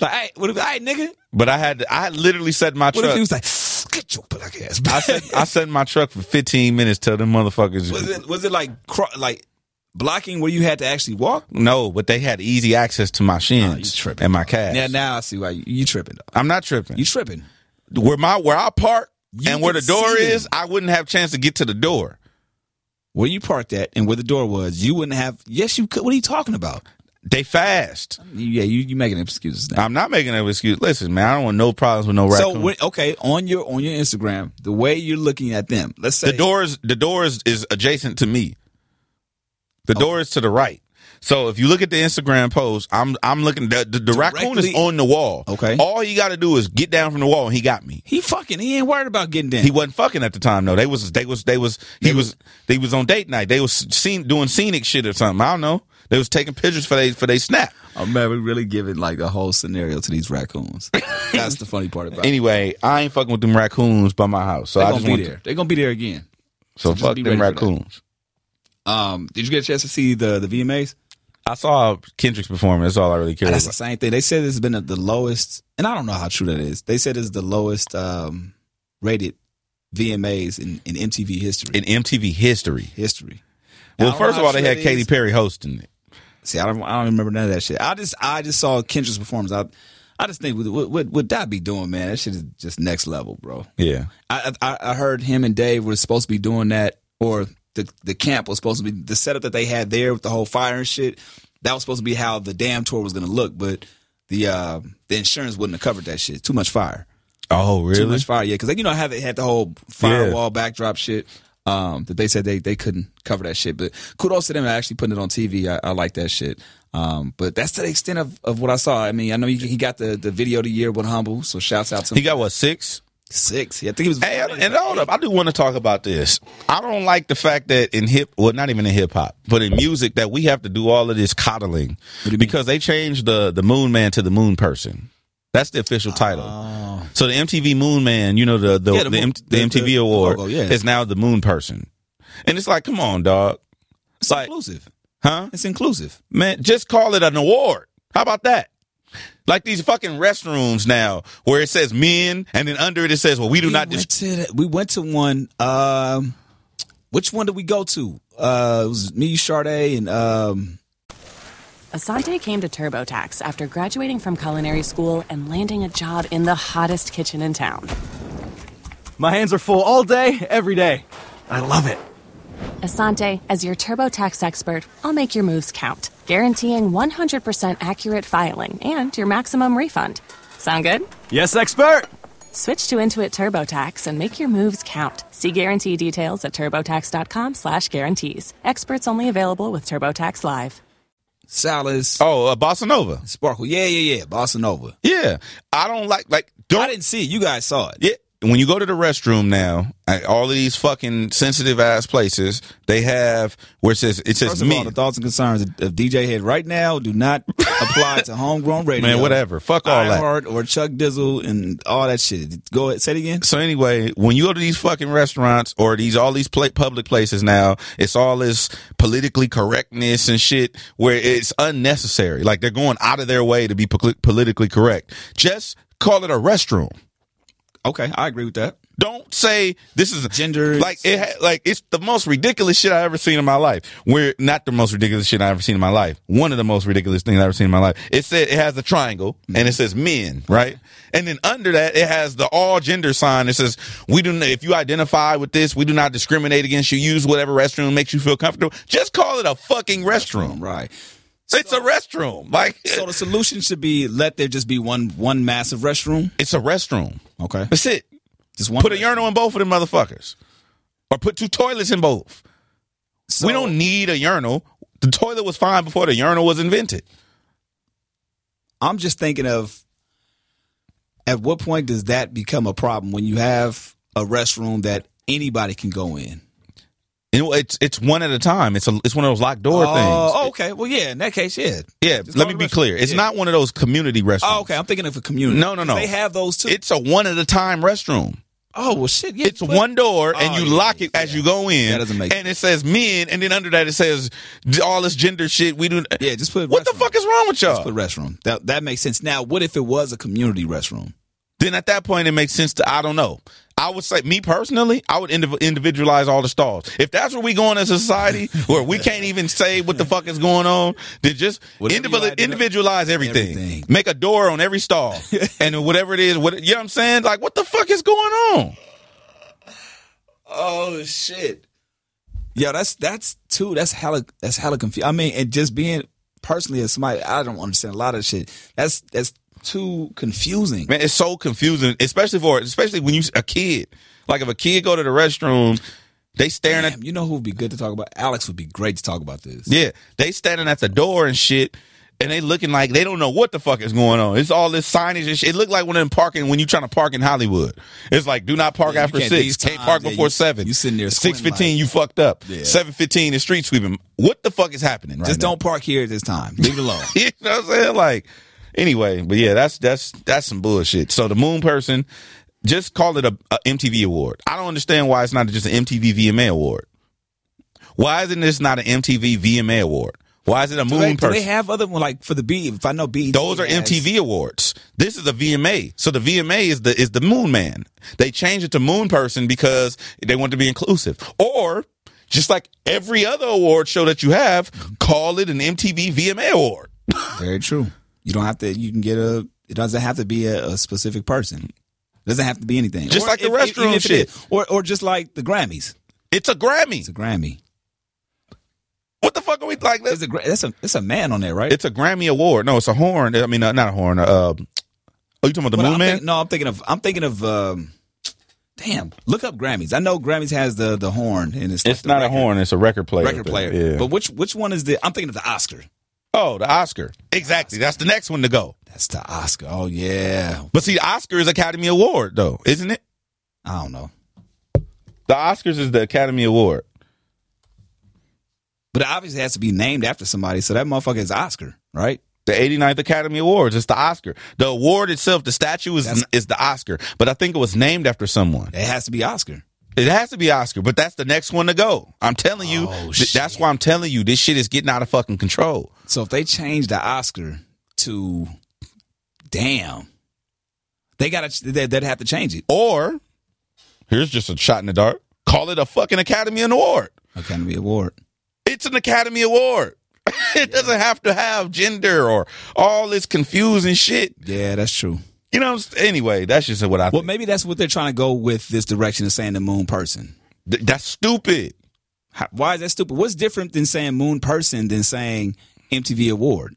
Speaker 3: like, hey, what if, hey, nigga,
Speaker 4: But I had to, I literally set my
Speaker 3: what
Speaker 4: truck.
Speaker 3: if he was like, get your black ass
Speaker 4: I
Speaker 3: back?
Speaker 4: sat, I sat in my truck for 15 minutes till them motherfuckers.
Speaker 3: was it was it like cro- like blocking where you had to actually walk?
Speaker 4: no, but they had easy access to my
Speaker 3: you
Speaker 4: shins
Speaker 3: tripping.
Speaker 4: and my calves.
Speaker 3: Yeah, now I see why you, you tripping. Though.
Speaker 4: I'm not tripping.
Speaker 3: You tripping?
Speaker 4: where my where I park
Speaker 3: You
Speaker 4: and where the
Speaker 3: can
Speaker 4: door
Speaker 3: see them.
Speaker 4: is, I wouldn't have chance to get to the door.
Speaker 3: Where you parked at and where the door was, you wouldn't have. Yes, you could. What are you talking about?
Speaker 4: They fast.
Speaker 3: You- Yeah, you you making excuses now.
Speaker 4: I'm not making an excuse. Listen, man, I don't want no problems with no raccoon.
Speaker 3: So when, okay, on your on your Instagram, the way you're looking at them, let's say
Speaker 4: the door is the door is, is adjacent to me. The door is to the right. So if you look at the Instagram post, I'm I'm looking the, the, the raccoon is
Speaker 3: Directly-
Speaker 4: on the wall.
Speaker 3: Okay.
Speaker 4: All you got to do is get down from the wall, and he got me.
Speaker 3: he fucking he ain't worried about getting down.
Speaker 4: He wasn't fucking at the time though. They was they was they was he was, they was on date night. They was seen doing scenic shit or something. I don't know. They was taking pictures for they for they snap.
Speaker 3: oh man, we really giving like a whole scenario to these raccoons. That's the funny part about. it.
Speaker 4: Anyway, I ain't fucking with them raccoons by my house. So
Speaker 3: They're
Speaker 4: I
Speaker 3: gonna
Speaker 4: just
Speaker 3: be
Speaker 4: want
Speaker 3: there. They're gonna be there again.
Speaker 4: to so
Speaker 3: Just
Speaker 4: fuck
Speaker 3: be
Speaker 4: them
Speaker 3: ready for that.
Speaker 4: raccoons.
Speaker 3: Um, did you get a chance to see the the VMAs?
Speaker 4: I saw Kendrick's performance. That's all I really care
Speaker 3: And
Speaker 4: about.
Speaker 3: that's the same thing. They said it's been the lowest, and I don't know how true that is. They said it's the lowest um, rated VMAs in, in MTV history.
Speaker 4: In MTV history.
Speaker 3: history. I
Speaker 4: Well,
Speaker 3: don't
Speaker 4: first
Speaker 3: know
Speaker 4: of all,
Speaker 3: how
Speaker 4: they
Speaker 3: true
Speaker 4: had
Speaker 3: that
Speaker 4: Katy
Speaker 3: is.
Speaker 4: Perry hosting it.
Speaker 3: See, I don't, I don't remember none of that shit. I just, I just saw Kendra's performance. I, I just think what, what, what that be doing, man? That shit is just next level, bro.
Speaker 4: Yeah.
Speaker 3: I, I, I heard him and Dave were supposed to be doing that, or the the camp was supposed to be the setup that they had there with the whole fire and shit. That was supposed to be how the damn tour was gonna look, but the uh, the insurance wouldn't have covered that shit. Too much fire.
Speaker 4: Oh,
Speaker 3: too
Speaker 4: really?
Speaker 3: much fire. Yeah, because you know how they had the whole firewall backdrop shit. Um, that they said they, they couldn't cover that shit, but kudos to them for actually putting it on TV. I, I like that shit. Um, but that's to the extent of, of what I saw. I mean, I know he, he got the, the video of the year with Humble, so shouts out to him.
Speaker 4: He got what six?
Speaker 3: six. Yeah, I think he was.
Speaker 4: And, and hold up, I do want to talk about this. I don't like the fact that in hip, well, not even in hip hop, but in music, that we have to do all of this coddling
Speaker 3: you mean?
Speaker 4: because they changed the the moon man to the moon person. That's the official title. So the MTV Moon Man, you know the the,
Speaker 3: Oh. Yeah,
Speaker 4: the,
Speaker 3: the moon-
Speaker 4: M- the
Speaker 3: the-
Speaker 4: MTV
Speaker 3: the- the
Speaker 4: award
Speaker 3: logo, yeah.
Speaker 4: is now the Moon Person, and it's like, come on, dog,
Speaker 3: It's
Speaker 4: Like-
Speaker 3: inclusive.
Speaker 4: huh?
Speaker 3: It's inclusive.
Speaker 4: Man, just call it an award. How about that? Like these fucking restrooms now, where it says men, and then under it it says, "Well, we do
Speaker 3: we
Speaker 4: not."
Speaker 3: went
Speaker 4: Dis-
Speaker 3: to that- we went to one. Um, which one did we go to? Uh, it was me, Sade, and um,
Speaker 5: Asante came to TurboTax after graduating from culinary school and landing a job in the hottest kitchen in town.
Speaker 6: My hands are full all day, every day. I love it.
Speaker 5: Asante, as your TurboTax expert, I'll make your moves count, guaranteeing 100% accurate filing and your maximum refund. Sound good?
Speaker 6: Yes, expert.
Speaker 5: Switch to Intuit TurboTax and make your moves count. See guarantee details at turbotax.com/guarantees. slash guarantees. Experts only available with TurboTax Live.
Speaker 3: Salas,
Speaker 4: oh, uh, Bossa Nova.
Speaker 3: Sparkle. Yeah, yeah, yeah. Bossa Nova.
Speaker 4: Yeah, I don't like like don't
Speaker 3: I didn't see it. You guys saw it.
Speaker 4: Yeah. When you go to the restroom now, at all of these fucking sensitive ass places, they have where it says it says
Speaker 3: First of all,
Speaker 4: men.
Speaker 3: the thoughts and concerns of of DJ Head right now do not apply to homegrown radio.
Speaker 4: Man, whatever. Fuck all that.
Speaker 3: iHeart or Chuck Dizzle and all that shit. Go ahead, say it again.
Speaker 4: so anyway, when you go to these fucking restaurants or these all these pla public places now, it's all this politically correctness and shit where it's unnecessary. Like they're going out of their way to be poli- politically correct. Just call it a restroom.
Speaker 3: Okay, I agree with that.
Speaker 4: Don't say this is
Speaker 3: Gender-
Speaker 4: Like it, ha- like it's the most ridiculous shit I ever seen in my life. We're not the most ridiculous shit I ever seen in my life. One of the most ridiculous things I ever seen in my life. It said it has a triangle
Speaker 3: Mm-hmm.
Speaker 4: and it says men, right? And then under that it has the all gender sign. It says we do. n- If you identify with this, we do not discriminate against you. Use whatever restroom makes you feel comfortable. Just call it a fucking restroom.
Speaker 3: Right.
Speaker 4: It's a restroom. Like
Speaker 3: So the solution should be let there just be one one massive restroom.
Speaker 4: it's a restroom.
Speaker 3: Okay,
Speaker 4: That's it.
Speaker 3: just one.
Speaker 4: Put a
Speaker 3: restroom.
Speaker 4: urinal in both of them motherfuckers, or put two toilets in both.
Speaker 3: So-
Speaker 4: we don't need a urinal. The toilet was fine before the urinal was invented.
Speaker 3: I'm just thinking of at what point does that become a problem when you have a restroom that anybody can go in?
Speaker 4: You know, it's it's one at a time. It's a it's one of those locked door
Speaker 3: Oh, okay. Well, yeah. In that case, yeah.
Speaker 4: things. Yeah,
Speaker 3: Just
Speaker 4: let
Speaker 3: go
Speaker 4: me
Speaker 3: to
Speaker 4: be
Speaker 3: restroom.
Speaker 4: clear. It's
Speaker 3: Yeah.
Speaker 4: not one of those community restrooms.
Speaker 3: Oh, okay. I'm thinking of a community.
Speaker 4: No, no, no.
Speaker 3: They have those too.
Speaker 4: It's a one at a time restroom.
Speaker 3: oh well, shit. Yeah,
Speaker 4: It's
Speaker 3: but-
Speaker 4: one door, and
Speaker 3: Oh,
Speaker 4: you
Speaker 3: yeah,
Speaker 4: lock
Speaker 3: yeah,
Speaker 4: it as you go in.
Speaker 3: That doesn't make
Speaker 4: And it says men, and then under that it says d- all this gender shit. We do.
Speaker 3: Yeah, just put.
Speaker 4: What the
Speaker 3: restroom.
Speaker 4: fuck is wrong with
Speaker 3: Just
Speaker 4: y'all?
Speaker 3: put restroom. That that makes sense. Now, what if it was a community restroom?
Speaker 4: then at that point it makes sense to I don't know. I would say me personally, I would indiv- individualize all the stalls. If that's where we going as a society, where we can't even say what the fuck is going on, then just
Speaker 3: Whatever you
Speaker 4: individ-
Speaker 3: identify-
Speaker 4: individualize everything.
Speaker 3: Everything.
Speaker 4: Make a door on every stall, and then whatever it is, what you know what I'm saying? Like what the fuck is going on?
Speaker 3: Oh shit. Yo, that's that's too. That's hella. That's hella confused. I mean, and just being personally as somebody, I don't understand a lot of shit. That's that's too confusing.
Speaker 4: Man, it's so confusing, especially for especially when you s- a kid. Like if a kid go to the restroom, they staring at
Speaker 3: Damn, you know who would be good to talk about? Alex would be great to talk about this.
Speaker 4: Yeah, they standing at the door and shit, and they looking like they don't know what the fuck is going on. It's all this signage and shit. It look like when in parking when you trying to park in Hollywood. It's like do not park
Speaker 3: Yeah, you
Speaker 4: after
Speaker 3: can't-
Speaker 4: six,
Speaker 3: these
Speaker 4: can't
Speaker 3: times,
Speaker 4: park
Speaker 3: yeah,
Speaker 4: before
Speaker 3: you-
Speaker 4: seven.
Speaker 3: you sitting there squinting
Speaker 4: six fifteen,
Speaker 3: like-
Speaker 4: you fucked up.
Speaker 3: Yeah.
Speaker 4: Seven fifteen is street sweeping. What the fuck is happening right
Speaker 3: Just
Speaker 4: now?
Speaker 3: don't park here at this time. Leave it alone.
Speaker 4: you know what I'm saying? Like anyway, but yeah, that's that's that's some bullshit. So the moon person, just call it a, a MTV award. I don't understand why it's not just an MTV VMA award. Why isn't this not an MTV VMA award? Why is it a
Speaker 3: do,
Speaker 4: moon
Speaker 3: they, do
Speaker 4: person?
Speaker 3: they have other one like for the B? If I know B, E
Speaker 4: Those are MTV awards. This is a VMA. So the VMA is the is the Moon Man. They changed it to Moon Person because they want to be inclusive. Or just like every other award show that you have, call it an MTV VMA award.
Speaker 3: Very true. You don't have to. You can get a. It doesn't have to be a, a specific person. It doesn't have to be anything.
Speaker 4: Just like the restroom
Speaker 3: even if it
Speaker 4: shit.
Speaker 3: is. or or just like the Grammys.
Speaker 4: It's a
Speaker 3: It's
Speaker 4: Grammy.
Speaker 3: a Grammy.
Speaker 4: What the fuck are we like?
Speaker 3: It's
Speaker 4: It's
Speaker 3: a. gra- That's a. It's a man on there, right?
Speaker 4: it's a Grammy award. No, it's a horn. I mean, uh, not a horn. Uh, uh, oh, you talking about the
Speaker 3: But
Speaker 4: Moon
Speaker 3: I'm
Speaker 4: Man?
Speaker 3: thinking- no, I'm thinking of. I'm thinking of. Um, damn, look up Grammys. I know Grammys has the the horn and it's. like
Speaker 4: it's
Speaker 3: the
Speaker 4: not a
Speaker 3: record-
Speaker 4: horn. It's a record player.
Speaker 3: Record
Speaker 4: But-
Speaker 3: player.
Speaker 4: Yeah.
Speaker 3: But which which one is the? I'm thinking of the Oscar.
Speaker 4: oh, the Oscar. Exactly. That's the next one to go.
Speaker 3: That's the Oscar. Oh yeah.
Speaker 4: But see, the Oscar is Academy Award though, isn't it?
Speaker 3: I don't know.
Speaker 4: The Oscars is the Academy Award.
Speaker 3: But it obviously has to be named after somebody, so that motherfucker is Oscar, right?
Speaker 4: The 89th Academy Awards. It's the Oscar. The award itself, the statue
Speaker 3: That's-
Speaker 4: is, is the Oscar, but I think it was named after someone.
Speaker 3: It has to be Oscar.
Speaker 4: It has to be Oscar, but that's the next one to go. I'm telling you.
Speaker 3: Oh,
Speaker 4: th- that's why I'm telling you this shit is getting out of fucking control.
Speaker 3: So if they change the Oscar to damn, they got to they, they'd have to change it.
Speaker 4: Or here's just a shot in the dark. Call it a fucking Academy Award.
Speaker 3: Academy Award.
Speaker 4: It's an Academy Award. it doesn't have to have gender or all this confusing shit.
Speaker 3: Yeah, that's true.
Speaker 4: You know. what I'm s- Anyway, that's just what I.
Speaker 3: Well,
Speaker 4: Think.
Speaker 3: maybe that's what they're trying to go with this direction of saying the moon person.
Speaker 4: Th- that's stupid.
Speaker 3: How, why is that stupid? What's different than saying moon person than saying MTV Award?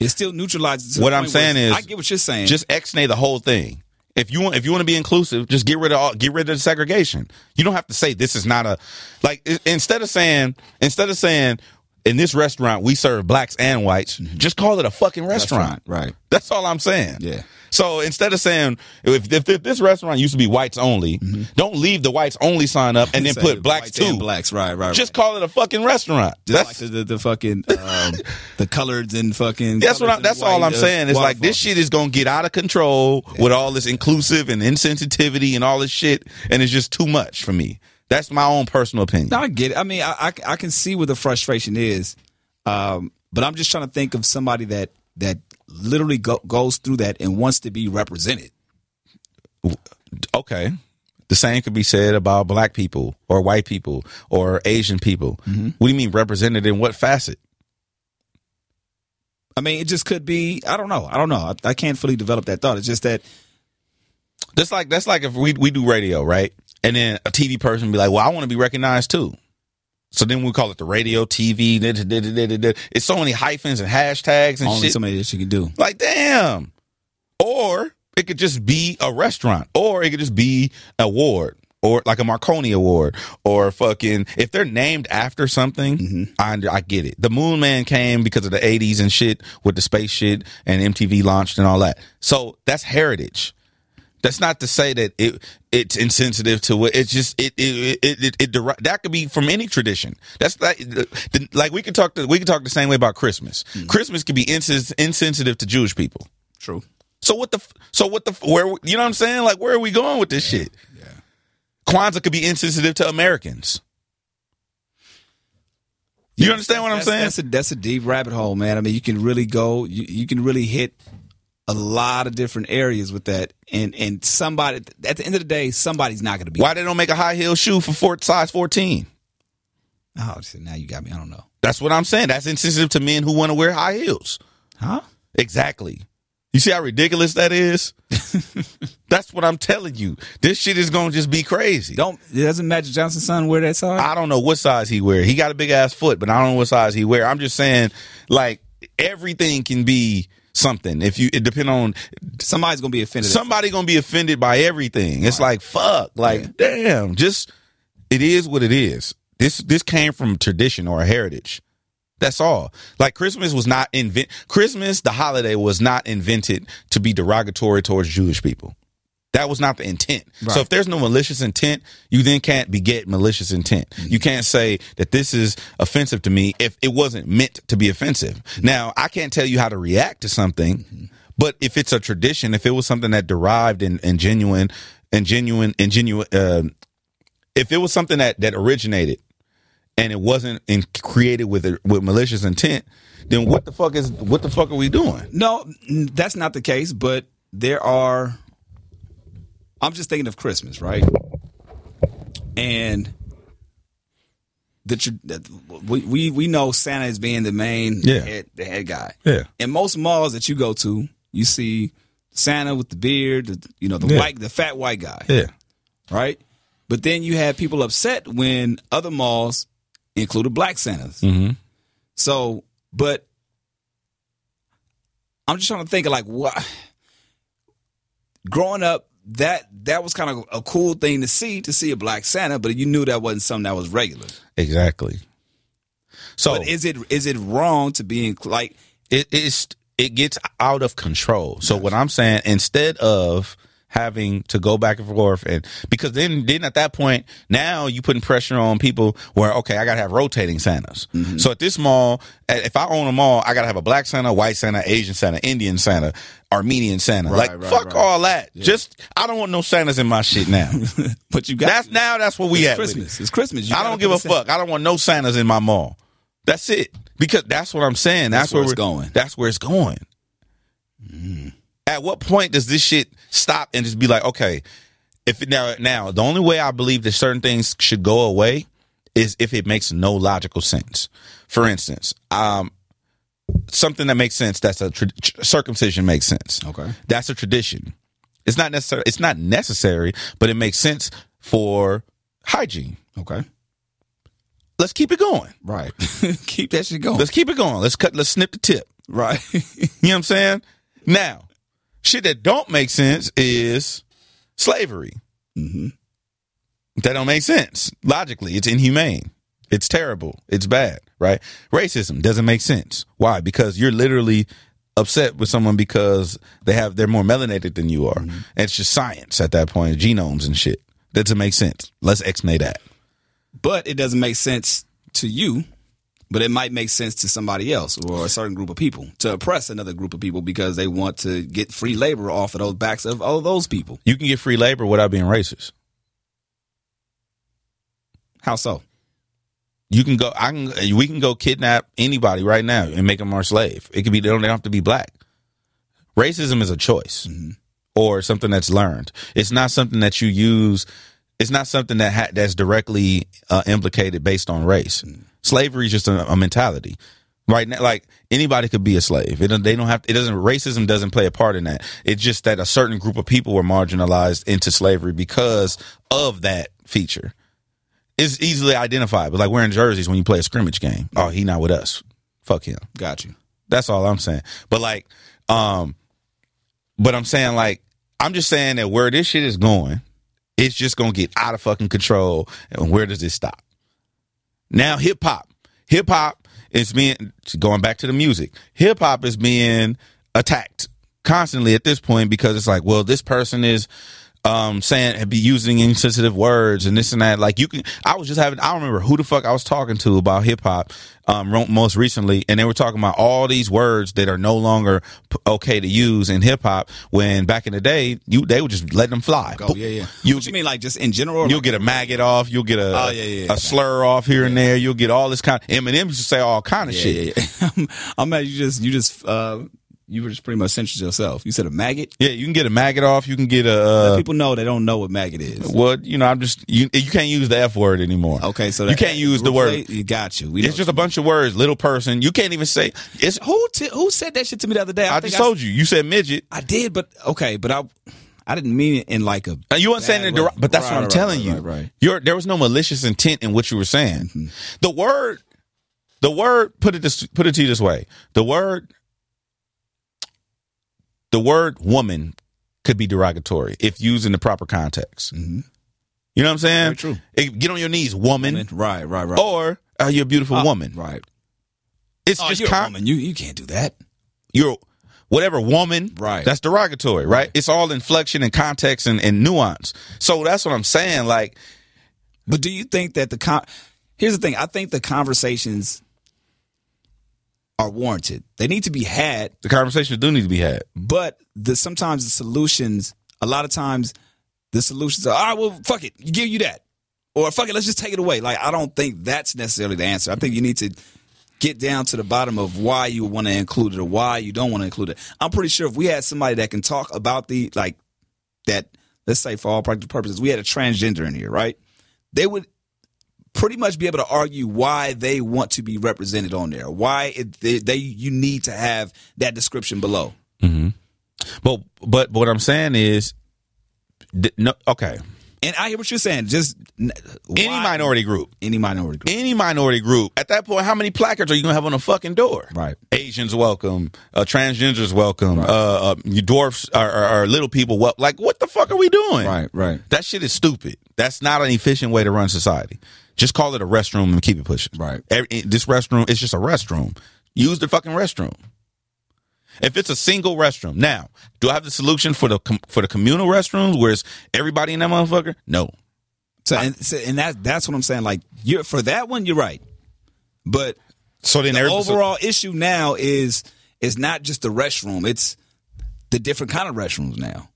Speaker 3: It still neutralizes. to the
Speaker 4: What I'm
Speaker 3: point where
Speaker 4: saying
Speaker 3: it's-
Speaker 4: is-
Speaker 3: I get what you're saying.
Speaker 4: Just ex-nay the whole thing. If you want, if you want to be inclusive, just get rid of all, get rid of the segregation. You don't have to say this is not a like. i- Instead of saying, instead of saying, in this restaurant we serve blacks and whites, just call it a fucking restaurant.
Speaker 3: Mm-hmm. right?
Speaker 4: That's all I'm saying.
Speaker 3: Yeah.
Speaker 4: So instead of saying if, if, if this restaurant used to be whites only, don't leave the whites only sign up and then
Speaker 3: Mm-hmm. Say
Speaker 4: put blacks
Speaker 3: whites and
Speaker 4: too.
Speaker 3: Blacks, right? Right.
Speaker 4: Just
Speaker 3: right.
Speaker 4: call it a fucking restaurant.
Speaker 3: Just
Speaker 4: that's
Speaker 3: like the, the, the fucking um, the coloreds and fucking.
Speaker 4: That's what
Speaker 3: coloreds
Speaker 4: I,
Speaker 3: and
Speaker 4: that's all
Speaker 3: white,
Speaker 4: I'm
Speaker 3: uh,
Speaker 4: saying. It's like
Speaker 3: waterfall.
Speaker 4: this shit is gonna get out of control with all this inclusive and insensitivity and all this shit, and it's just too much for me. That's my own personal opinion.
Speaker 3: No, I get it. I mean, I, I, I can see where the frustration is, um, but I'm just trying to think of somebody that that literally go, goes through that and wants to be represented.
Speaker 4: Okay, the same could be said about black people or white people or Asian people.
Speaker 3: Mm-hmm.
Speaker 4: What do you mean represented in what facet?
Speaker 3: I mean, it just could be. I don't know. I don't know. I, I can't fully develop that thought. It's just that
Speaker 4: That's like that's like if we we do radio right, and then a TV person be like, "Well, I want to be recognized too." So then we call it the radio, TV. da- da- da- da- da- da- da. It's so many hyphens and hashtags and
Speaker 3: only
Speaker 4: shit.
Speaker 3: somebody that you can do.
Speaker 4: Like, damn. Or it could just be a restaurant, or it could just be an award, or like a Marconi award, or fucking if they're named after something, I I get it. The Moon Man came because of the '80s and shit with the space shit and MTV launched and all that. So that's heritage. That's not to say that it it's insensitive to it. It's just it it it it, it, deri- that could be from any tradition. That's like the- like we could talk to, we could talk the same way about Christmas.
Speaker 3: Mm-hmm.
Speaker 4: Christmas could be insens- insensitive to Jewish people.
Speaker 3: True.
Speaker 4: So what the f- so what the f- where you know what I'm saying? Like where are we going with this shit? Yeah. Kwanzaa could be insensitive to Americans. You understand what I'm
Speaker 3: That's-
Speaker 4: saying?
Speaker 3: That's a that's a deep rabbit hole, man. I mean, you can really go. You, you can really hit a lot of different areas with that, and and somebody at the end of the day, somebody's not going to be.
Speaker 4: Why they don't make a high heel shoe for four, size 14?
Speaker 3: Oh, shit, now you got me. I don't know.
Speaker 4: That's what I'm saying. That's insensitive to men who want to wear high heels.
Speaker 3: Huh?
Speaker 4: Exactly. You see how ridiculous that is? That's what I'm telling you. This shit is gonna just be crazy.
Speaker 3: Don't doesn't Magic Johnson's son wear that size?
Speaker 4: I don't know what size he wear. He got a big ass foot, but I don't know what size he wear. I'm just saying, like everything can be something. If you it depend on
Speaker 3: Somebody's gonna be offended. at
Speaker 4: somebody gonna be offended by everything. It's like fuck, like damn. Just it is what it is. This this came from tradition or a heritage. That's all. Like Christmas was not invent. Christmas, the holiday, was not invented to be derogatory towards Jewish people. That was not the intent. So if there's no malicious intent, you then can't beget malicious intent. You can't say that this is offensive to me if it wasn't meant to be offensive. Now, I can't tell you how to react to something, but if it's a tradition, if it was something that derived and, and genuine and genuine and genuine, uh, if it was something that that originated and it wasn't in, created with a, with malicious intent, then what the fuck is what the fuck are we doing?
Speaker 3: No, n- that's not the case, but there are. I'm just thinking of Christmas, right? And the tr- that we, we we know Santa is being the main
Speaker 4: Yeah.
Speaker 3: head, the head guy.
Speaker 4: Yeah.
Speaker 3: In most malls that you go to, you see Santa with the beard, the, you know, the
Speaker 4: Yeah.
Speaker 3: white, the fat white guy,
Speaker 4: Yeah,
Speaker 3: right? But then you have people upset when other malls included black Santas.
Speaker 4: Mhm.
Speaker 3: So, but I'm just trying to think of like what growing up that that was kind of a cool thing to see to see a black Santa, but you knew that wasn't something that was regular.
Speaker 4: exactly. So
Speaker 3: But is it is it wrong to be in, like
Speaker 4: it is it gets out of control. So what I'm saying, instead of having to go back and forth and because then then at that point now you putting pressure on people where okay I gotta have rotating Santas.
Speaker 3: Mm-hmm.
Speaker 4: So at this mall, a- if I own a mall, I gotta have a black Santa, white Santa, Asian Santa, Indian Santa, Armenian Santa. like
Speaker 3: right,
Speaker 4: fuck
Speaker 3: right.
Speaker 4: all that. Just I don't want no Santas in my shit now.
Speaker 3: But you got
Speaker 4: that's now that's what we
Speaker 3: it's
Speaker 4: at with it.
Speaker 3: Christmas. It's Christmas. You
Speaker 4: I
Speaker 3: gotta
Speaker 4: don't
Speaker 3: put
Speaker 4: give
Speaker 3: the
Speaker 4: a
Speaker 3: Santa-
Speaker 4: fuck. I don't want no Santas in my mall. That's it. Because that's what I'm saying. That's,
Speaker 3: That's where it's
Speaker 4: we're-
Speaker 3: going. Hmm.
Speaker 4: That's where it's going. At what point does this shit stop and just be like, okay, if it, now now the only way I believe that certain things should go away is if it makes no logical sense. For instance, um, something that makes sense that's a tra- circumcision makes sense.
Speaker 3: Okay.
Speaker 4: that's a tradition. It's not necessary. It's not necessary, but it makes sense for hygiene
Speaker 3: Okay.
Speaker 4: let's keep it going.
Speaker 3: Right. Keep that shit going.
Speaker 4: Let's keep it going. Let's cut. Let's snip the tip.
Speaker 3: right.
Speaker 4: You know what I'm saying? Now, shit that don't make sense is slavery. That don't make sense logically. It's inhumane. It's terrible. It's bad. Right? Racism doesn't make sense. Why? Because you're literally upset with someone because they have they're more melanated than you are. And it's just science at that point, genomes and shit. That doesn't make sense. Let's exnay that.
Speaker 3: but it doesn't make sense to you, but it might make sense to somebody else or a certain group of people to oppress another group of people because they want to get free labor off of those backs of all those people.
Speaker 4: You can get free labor without being racist.
Speaker 3: How so?
Speaker 4: You can go. I can. We can go kidnap anybody right now and make them our slave. It could be. They don't, they don't have to be black. Racism is a choice
Speaker 3: Mm-hmm.
Speaker 4: or something that's learned. It's not something that you use. It's not something that ha- that's directly uh, implicated based on race.
Speaker 3: Mm-hmm.
Speaker 4: Slavery is just a, a mentality. Right now, like anybody could be a slave. It, don't- they don't have. It doesn't. Racism doesn't play a part in that. It's just that a certain group of people were marginalized into slavery because of that feature it's easily identified. But like wearing jerseys when you play a scrimmage game. Oh, he not with us. Fuck him.
Speaker 3: Got you.
Speaker 4: That's all I'm saying. But like, um, but I'm saying like, I'm just saying that where this shit is going, it's just gonna get out of fucking control. And where does it stop? Now hip hop, hip hop is being going back to the music. Hip hop is being attacked constantly at this point because it's like, well, this person is um saying be using insensitive words and this and that. Like you can, I was just having, I don't remember who the fuck I was talking to about hip hop um ro- most recently, and they were talking about all these words that are no longer p- okay to use in hip hop. When back in the day, you they would just let them fly.
Speaker 3: Go. Yeah, yeah.
Speaker 4: Oh, You,
Speaker 3: what you mean, like just in general?
Speaker 4: You'll get a maggot off. You'll get a
Speaker 3: Oh, yeah, yeah, yeah.
Speaker 4: a slur off here and there. You'll get all this kind. Eminem used to say all kind of
Speaker 3: Yeah,
Speaker 4: shit.
Speaker 3: yeah, yeah. I'm- I'm mad. You just, you just, uh, you were just pretty much censored yourself. You said a maggot.
Speaker 4: Yeah. you can get a maggot off. You can get a
Speaker 3: Let
Speaker 4: uh,
Speaker 3: people know they don't know what maggot is.
Speaker 4: what? You know, I'm just you. You can't use the f word anymore.
Speaker 3: Okay, so
Speaker 4: you
Speaker 3: that-
Speaker 4: can't use the word.
Speaker 3: You got you. We
Speaker 4: It's just a bunch of words. Little person. You can't even say. It's.
Speaker 3: who t- who said that shit to me the other day.
Speaker 4: I
Speaker 3: think
Speaker 4: just told you. You said midget.
Speaker 3: I did, but okay, but I I didn't mean it in like a
Speaker 4: Now, you weren't saying
Speaker 3: bad
Speaker 4: it,
Speaker 3: way.
Speaker 4: derog- but that's
Speaker 3: Right,
Speaker 4: what I'm
Speaker 3: right,
Speaker 4: telling
Speaker 3: right,
Speaker 4: you.
Speaker 3: right, Mm-hmm. right.
Speaker 4: Your- there was no malicious intent in what you were saying. The word, the word. Put it this. Put it to you this way. The word, the word woman could be derogatory if used in the proper context. You know what I'm saying?
Speaker 3: Mm-hmm. Very true.
Speaker 4: It- get on your knees, woman,
Speaker 3: Right, right, right.
Speaker 4: or uh, you're a beautiful woman.
Speaker 3: Right.
Speaker 4: It's
Speaker 3: Oh,
Speaker 4: just
Speaker 3: you're
Speaker 4: con-
Speaker 3: a woman. You you can't do that.
Speaker 4: you're whatever woman
Speaker 3: Right.
Speaker 4: that's derogatory right it's all inflection and context and, and nuance so that's what i'm saying like
Speaker 3: But do you think that the con here's the thing, I think the conversations are warranted. They need to be had,
Speaker 4: the conversations do need to be had
Speaker 3: but the sometimes the solutions a lot of times the solutions are all right, well fuck it, give you that. Or fuck it, let's just take it away. Like I don't think that's necessarily the answer. I think you need to get down to the bottom of why you want to include it or why you don't want to include it. I'm pretty sure if we had somebody that can talk about the like that, let's say for all practical purposes, we had a transgender in here, right? They would pretty much be able to argue why they want to be represented on there, why it, they, they you need to have that description below.
Speaker 4: but but what i'm saying is th- no, okay
Speaker 3: And I hear what you're saying. Just n-
Speaker 4: any
Speaker 3: why-
Speaker 4: minority group
Speaker 3: any minority group,
Speaker 4: any minority group at that point how many placards are you gonna have on the fucking door
Speaker 3: right?
Speaker 4: asians welcome uh, transgenders welcome uh, uh you dwarfs or, or, or little people wel- like what the fuck are we doing
Speaker 3: Right, right,
Speaker 4: That shit is stupid. That's not an efficient way to run society. Just call it a restroom and keep it pushing. eh,
Speaker 3: Right.
Speaker 4: Every, this restroom, it's just a restroom. Use the fucking restroom. If it's a single restroom, now do I have the solution for the com- for the communal restrooms where it's everybody in that motherfucker? No,
Speaker 3: So and, so, and that that's what I'm saying. Like you're for that one, you're right. But
Speaker 4: So then
Speaker 3: the
Speaker 4: every- so-
Speaker 3: overall issue now is it's not just the restroom; it's the different kind of restrooms now.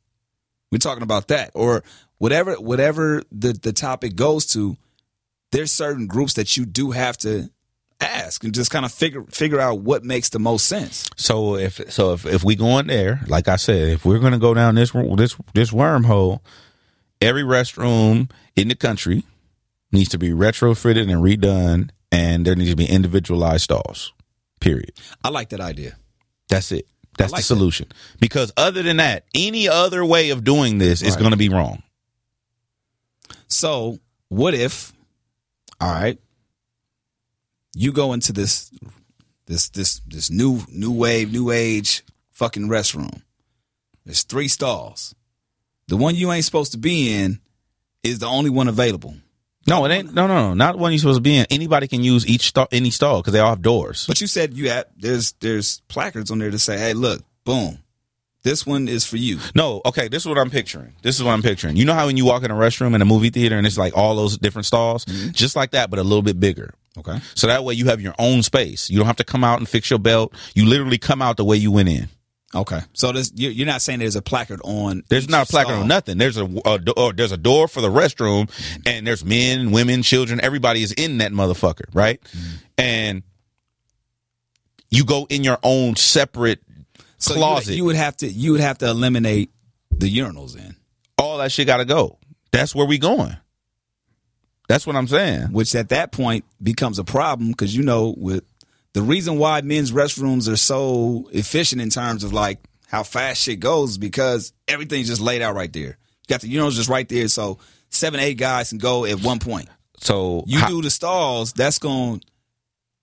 Speaker 3: We're talking about that, or whatever whatever the the topic goes to. There's certain groups that you do have to ask and just kind of figure figure out what makes the most sense.
Speaker 4: So if so if if we go in there, like I said, if we're gonna go down this this this wormhole, every restroom in the country needs to be retrofitted and redone, and there needs to be individualized stalls. Period.
Speaker 3: I like that idea.
Speaker 4: That's it. That's
Speaker 3: like
Speaker 4: the
Speaker 3: that.
Speaker 4: solution. Because other than that, any other way of doing this is
Speaker 3: Right.
Speaker 4: going to be wrong.
Speaker 3: So, what if all right, you go into this this this this new new wave, new age fucking restroom. There's three stalls. The one you ain't supposed to be in is the only one available.
Speaker 4: No, it ain't. No, no, no. Not one you're supposed to be in. Anybody can use each stall, any stall, because they all have doors.
Speaker 3: But you said you had there's there's placards on there to say, "Hey, look, boom. This one is for you."
Speaker 4: No, okay, this is what I'm picturing. This is what I'm picturing. You know how when you walk in a restroom in a movie theater and it's like all those different stalls? Just like that, but a little bit bigger.
Speaker 3: Okay.
Speaker 4: So that way you have your own space. You don't have to come out and fix your belt. You literally come out the way you went in.
Speaker 3: Okay. So this you- you're not saying there's a placard on
Speaker 4: There's
Speaker 3: each
Speaker 4: not a placard
Speaker 3: stall.
Speaker 4: or nothing. There's a, a do- or there's a door for the restroom, and there's men, women, children. Everybody is in that motherfucker, right? And you go in your own separate
Speaker 3: So you would-
Speaker 4: closet.
Speaker 3: you would have to you would have to eliminate the urinals in.
Speaker 4: all that shit got to go. That's where we going. That's what I'm saying.
Speaker 3: which at that point becomes a problem because you know with the reason why men's restrooms are so efficient in terms of like how fast shit goes is because everything's just laid out right there. You got the urinals just right there, so seven eight guys can go at one point.
Speaker 4: So
Speaker 3: You
Speaker 4: how-
Speaker 3: do the stalls, that's going to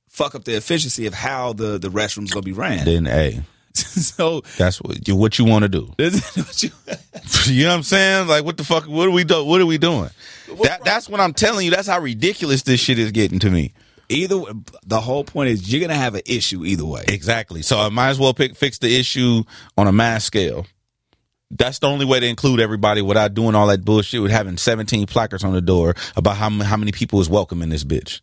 Speaker 3: fuck up the efficiency of how the the restrooms gonna be ran.
Speaker 4: then hey,
Speaker 3: so
Speaker 4: that's what you, what you want to do.
Speaker 3: this is what you-
Speaker 4: you know what I'm saying? Like what the fuck? What are we do? What are we doing? That that's what I'm telling you. That's how ridiculous this shit is getting to me.
Speaker 3: either the whole point is you're gonna have an issue either way.
Speaker 4: Exactly. So I might as well pick fix the issue on a mass scale. That's the only way to include everybody without doing all that bullshit with having 17 placards on the door about how m- how many people is welcome in this bitch.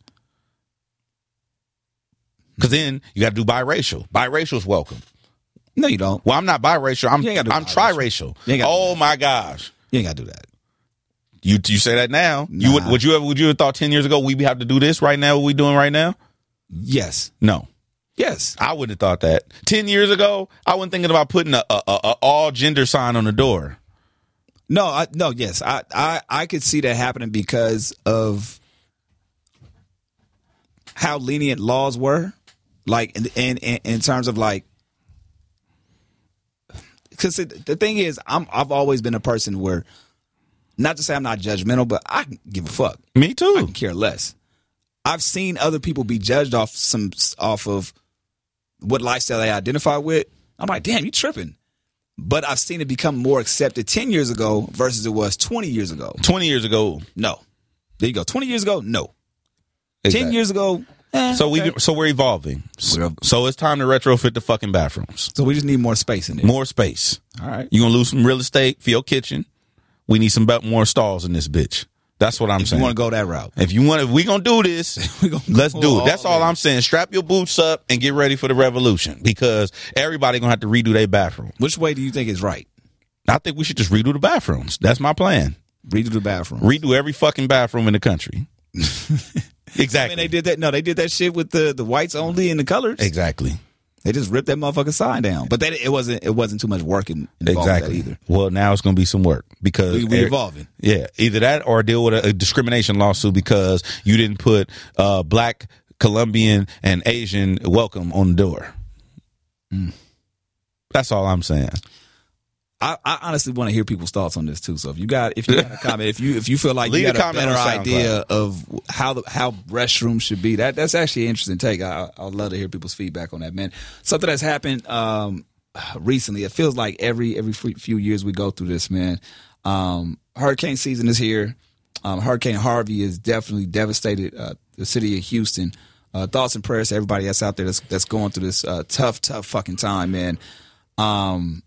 Speaker 4: Cause then you got to do biracial. Biracial is welcome.
Speaker 3: No, you don't.
Speaker 4: Well, I'm not biracial. I'm
Speaker 3: You ain't gotta do
Speaker 4: I'm
Speaker 3: biracial.
Speaker 4: triracial.
Speaker 3: You ain't gotta do
Speaker 4: Oh my gosh.
Speaker 3: You ain't gotta do that.
Speaker 4: You you say that now? You would
Speaker 3: Nah.
Speaker 4: would you ever would you have thought 10 years ago we have to do this right now? What we doing right now?
Speaker 3: Yes,
Speaker 4: No.
Speaker 3: yes.
Speaker 4: I wouldn't have thought that. Ten years ago, I wasn't thinking about putting a, a, a, a all gender sign on the door.
Speaker 3: No, I, no, yes, I, I, I could see that happening because of how lenient laws were, like in in, in, in terms of like, because the thing is, I'm I've always been a person where, not to say I'm not judgmental, but I can give a fuck,
Speaker 4: Me
Speaker 3: I
Speaker 4: too.
Speaker 3: can care less. I've seen other people be judged off some off of what lifestyle they identify with. I'm like, damn, you tripping. But I've seen it become more accepted 10 years ago versus it was 20 years ago.
Speaker 4: Twenty years ago.
Speaker 3: No. There you go. 20 years ago, no.
Speaker 4: Exactly.
Speaker 3: 10 years ago, eh,
Speaker 4: So we
Speaker 3: okay.
Speaker 4: so we're evolving. So, so it's time to retrofit the fucking bathrooms.
Speaker 3: so we just need more space in there.
Speaker 4: More space.
Speaker 3: All right.
Speaker 4: You're gonna lose some real estate for your kitchen. We need some about more stalls in this bitch. That's what I'm
Speaker 3: If you
Speaker 4: saying.
Speaker 3: want to go that route.
Speaker 4: if you want, if we gonna do this,
Speaker 3: We gonna
Speaker 4: let's
Speaker 3: go
Speaker 4: do it. That's
Speaker 3: all
Speaker 4: all
Speaker 3: in.
Speaker 4: I'm saying. Strap your boots up and get ready for the revolution because everybody gonna have to redo their bathroom.
Speaker 3: Which way do you think is right?
Speaker 4: I think we should just redo the bathrooms. That's my plan.
Speaker 3: Redo the bathroom.
Speaker 4: redo every fucking bathroom in the country.
Speaker 3: I mean,
Speaker 4: exactly.
Speaker 3: they did that. No, they did that shit with the, the whites only and the colors.
Speaker 4: exactly.
Speaker 3: They just ripped that motherfucking sign down. But that it wasn't it wasn't too much work in, involved with that
Speaker 4: Exactly.
Speaker 3: either.
Speaker 4: Well, now it's going to be some work because
Speaker 3: We,
Speaker 4: e-
Speaker 3: we evolving.
Speaker 4: Yeah, either that or deal with a, a discrimination lawsuit because you didn't put uh, black, Colombian, and Asian welcome on the door.
Speaker 3: Mm.
Speaker 4: That's all I'm saying.
Speaker 3: I, I honestly want to hear people's thoughts on this too. So if you got if you got a comment, if you if you feel like
Speaker 4: Leave
Speaker 3: you
Speaker 4: a
Speaker 3: got a,
Speaker 4: comment
Speaker 3: better
Speaker 4: on SoundCloud.
Speaker 3: idea of how the, how restrooms should be, that that's actually an interesting take. I I- I'd love to hear people's feedback on that, man. Something that's happened um, recently. It feels like every every fe- few years we go through this, man. Um, hurricane season is here. Um, Hurricane Harvey has definitely devastated uh, the city of Houston. Uh, thoughts and prayers to everybody that's out there that's that's going through this uh, tough, tough fucking time, man. Um,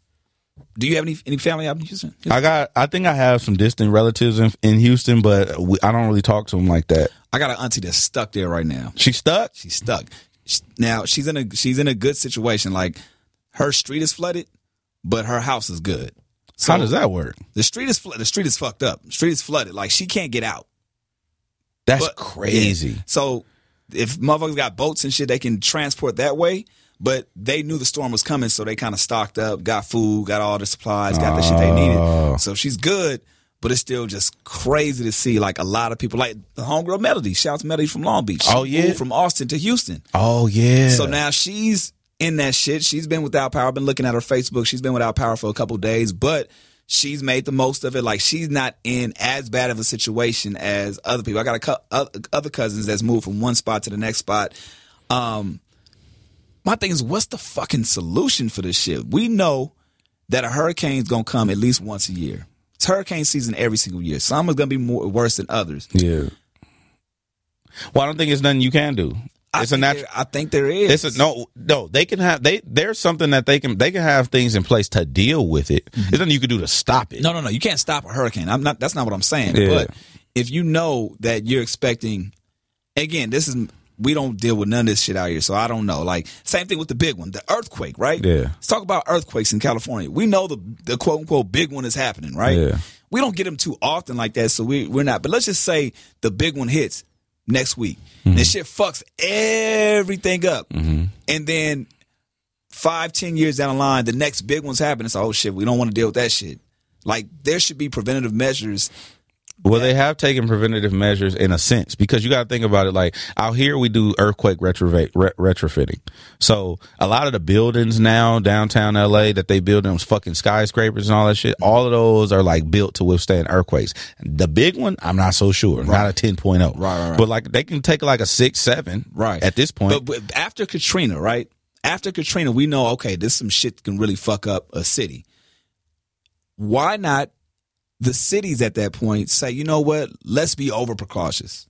Speaker 3: do you have any any family out in Houston?
Speaker 4: I got. I think I have some distant relatives in, in Houston, but we, I don't really talk to them like that.
Speaker 3: I got an auntie that's stuck there right now.
Speaker 4: She stuck.
Speaker 3: She's stuck. Sh- Now she's in a she's in a good situation. Like her street is flooded, but her house is good.
Speaker 4: How does that work?
Speaker 3: The street is flooded. The street is fucked up. The street is flooded. Like she can't get out.
Speaker 4: That's
Speaker 3: But-
Speaker 4: crazy.
Speaker 3: Yeah. So if motherfuckers got boats and shit, they can transport that way. But they knew the storm was coming, so they kind of stocked up, got food, got all the supplies, got the shit they
Speaker 4: Oh.
Speaker 3: needed. So she's good, but it's still just crazy to see like a lot of people, like the homegirl Melody, shouts Melody from Long Beach. She
Speaker 4: Oh, yeah?
Speaker 3: moved from Austin to Houston.
Speaker 4: Oh yeah.
Speaker 3: So now she's in that shit. She's been without power. I've been looking at her Facebook. She's been without power for a couple days, but she's made the most of it. Like she's not in as bad of a situation as other people. I got a cou- oth- other cousins that's moved from one spot to the next spot. Um, my thing is, what's the fucking solution for this shit? We know that a hurricane's gonna come at least once a year. It's hurricane season every single year. Some is gonna be more worse than others.
Speaker 4: yeah. Well, I don't think it's nothing you can do.
Speaker 3: I
Speaker 4: It's a
Speaker 3: think there-
Speaker 4: natural.
Speaker 3: I think there is.
Speaker 4: It's a no, no. They can have they. There's something that they can. They can have things in place to deal with it. There's nothing you can do to stop it.
Speaker 3: No, no, no. You can't stop a hurricane. I'm not. That's not what I'm saying.
Speaker 4: Yeah.
Speaker 3: But if you know that you're expecting, again, this is we don't deal with none of this shit out here, so I don't know. Like same thing with the big one, the earthquake, right?
Speaker 4: Yeah.
Speaker 3: Let's talk about earthquakes in California. We know the the quote unquote big one is happening, right?
Speaker 4: Yeah.
Speaker 3: We don't get them too often like that, so we we're not. But let's just say the big one hits next week. This shit fucks everything up, and then five, ten years down the line, the next big one's happening. It's like, oh shit, we don't want to deal with that shit. Like there should be preventative measures.
Speaker 4: Well, they have taken preventative measures in a sense because you got to think about it. Like out here, we do earthquake retrofit, re- retrofitting. So a lot of the buildings now downtown LA that they build them fucking skyscrapers and all that shit, all of those are like built to withstand earthquakes. The big one, I'm not so sure. Not a 10.0. Right,
Speaker 3: right, right.
Speaker 4: But like they can take like a six, seven. At this
Speaker 3: But,
Speaker 4: point,
Speaker 3: but after Katrina, right? After Katrina, we know okay, this some shit can really fuck up a city. Why not the cities at that point say, you know what? Let's be over precautious.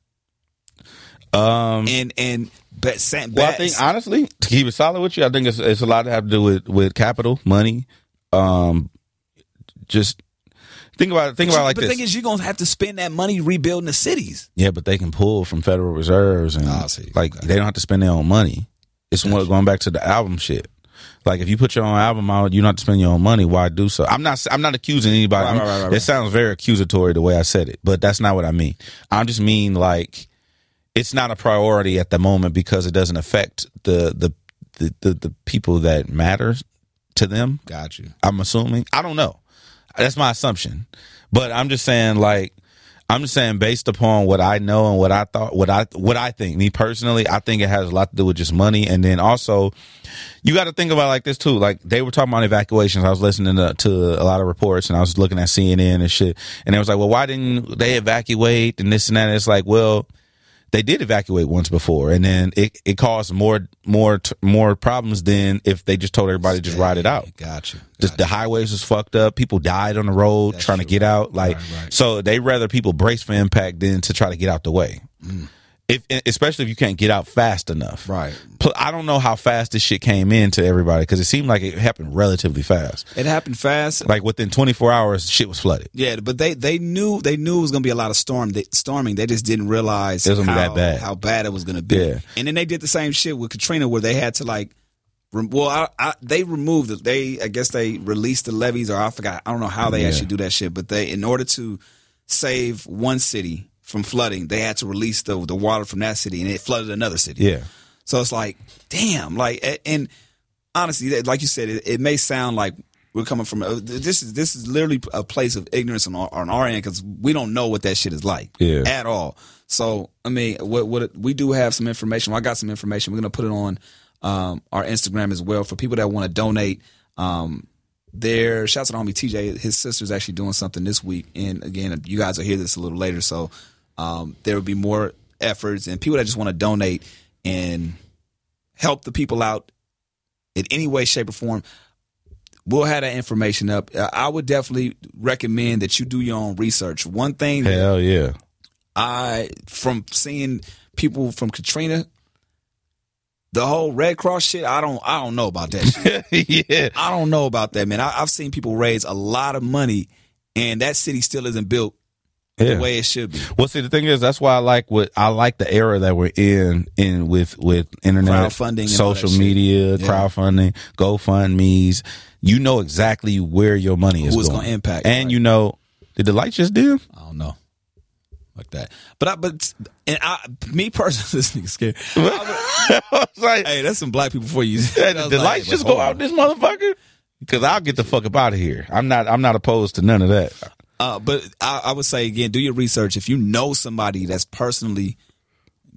Speaker 3: Um and and but Saint
Speaker 4: Well, I think honestly, to keep it solid with you, I think it's, it's a lot to have to do with with capital, money, um, just think about it. Think about it like
Speaker 3: but
Speaker 4: this.
Speaker 3: the thing is, you're gonna have to spend that money rebuilding the cities.
Speaker 4: yeah, but they can pull from Federal Reserves and
Speaker 3: Ah, I see.
Speaker 4: like they don't have to spend their own money. It's more going back to the album shit. Like if you put your own album out, you don't have to spend your own money. Why do so? I'm not. I'm not accusing anybody.
Speaker 3: Right,
Speaker 4: I'm-
Speaker 3: right, right, right,
Speaker 4: it
Speaker 3: right.
Speaker 4: sounds very accusatory the way I said it, but that's not what I mean. I just mean like it's not a priority at the moment because it doesn't affect the the the, the, the people that matter to them.
Speaker 3: Got you.
Speaker 4: I'm assuming. I don't know. That's my assumption. But I'm just saying like I'm just saying based upon what I know and what I thought what I what I think. Me personally, I think it has a lot to do with just money and then also you got to think about it like this too. Like they were talking about evacuations. I was listening to, to a lot of reports and I was looking at CNN and shit and it was like, "Well, why didn't they evacuate and this and that?" And it's like, "Well, they did evacuate once before, and then it, it caused more more t- more problems than if they just told everybody to just ride it out.
Speaker 3: Got you.
Speaker 4: The, the highways was fucked up. People died on the road trying to get out. Like so, they rather people brace for impact than to try to get out the way. If especially if you can't get out fast enough.
Speaker 3: Mm. Right.
Speaker 4: Pl- I don't know how fast this shit came in to everybody because it seemed like it happened relatively fast.
Speaker 3: It happened fast.
Speaker 4: Like within 24 hours, shit was flooded.
Speaker 3: Yeah, but they they knew they knew it was gonna be a lot of storm they, storming. They just didn't realize
Speaker 4: It was gonna be
Speaker 3: how,
Speaker 4: that bad.
Speaker 3: how bad it was gonna be.
Speaker 4: Yeah.
Speaker 3: And then they did the same shit with Katrina, where they had to like, rem- well, I, I, they removed it. They I guess they released the levees, or I forgot. I don't know how they actually do that shit, but they in order to save one city from flooding, they had to release the the water from that city, and it flooded another city.
Speaker 4: Yeah.
Speaker 3: So it's like, damn, like, a- and honestly, that- like you said, it, it may sound like we're coming from uh, this is this is literally a place of ignorance on our, on our end because we don't know what that shit is like
Speaker 4: Yeah.
Speaker 3: at all. So I mean, what what we do have some information. Well, I got some information. We're gonna put it on um, our Instagram as well for people that want to donate. Um, there, shouts out to homie TJ. His sister's actually doing something this week, and again, you guys will hear this a little later. So um, there will be more efforts and people that just want to donate and help the people out in any way, shape, or form. We'll have that information up. Uh, I would definitely recommend that you do your own research. One thing that
Speaker 4: Hell yeah.
Speaker 3: I from seeing people from Katrina, The whole Red Cross shit, I don't, I don't know about that. shit.
Speaker 4: yeah.
Speaker 3: I don't know about that, man. I, I've seen people raise a lot of money, and that city still isn't built
Speaker 4: Yeah.
Speaker 3: the way it should be.
Speaker 4: Well, see, the thing is, that's why I like what I like the era that we're in, in with with internet
Speaker 3: Crowdfunding and all
Speaker 4: social
Speaker 3: that shit.
Speaker 4: media,
Speaker 3: Yeah.
Speaker 4: crowdfunding, GoFundmes. You know exactly where your money is
Speaker 3: Who it's
Speaker 4: going
Speaker 3: gonna impact,
Speaker 4: and
Speaker 3: right.
Speaker 4: you know, did the lights just dim?
Speaker 3: I don't know. Like that, but I, but and I, me personally, this nigga scared.
Speaker 4: I was like,
Speaker 3: Hey, that's some black people for you.
Speaker 4: did
Speaker 3: I was
Speaker 4: the
Speaker 3: like,
Speaker 4: lights
Speaker 3: hey,
Speaker 4: just
Speaker 3: but
Speaker 4: go out
Speaker 3: hold on.
Speaker 4: this motherfucker? Because I'll get the fuck up out of here. I'm not. I'm not opposed to none of that.
Speaker 3: Uh, but I, I would say again, do your research. If you know somebody that's personally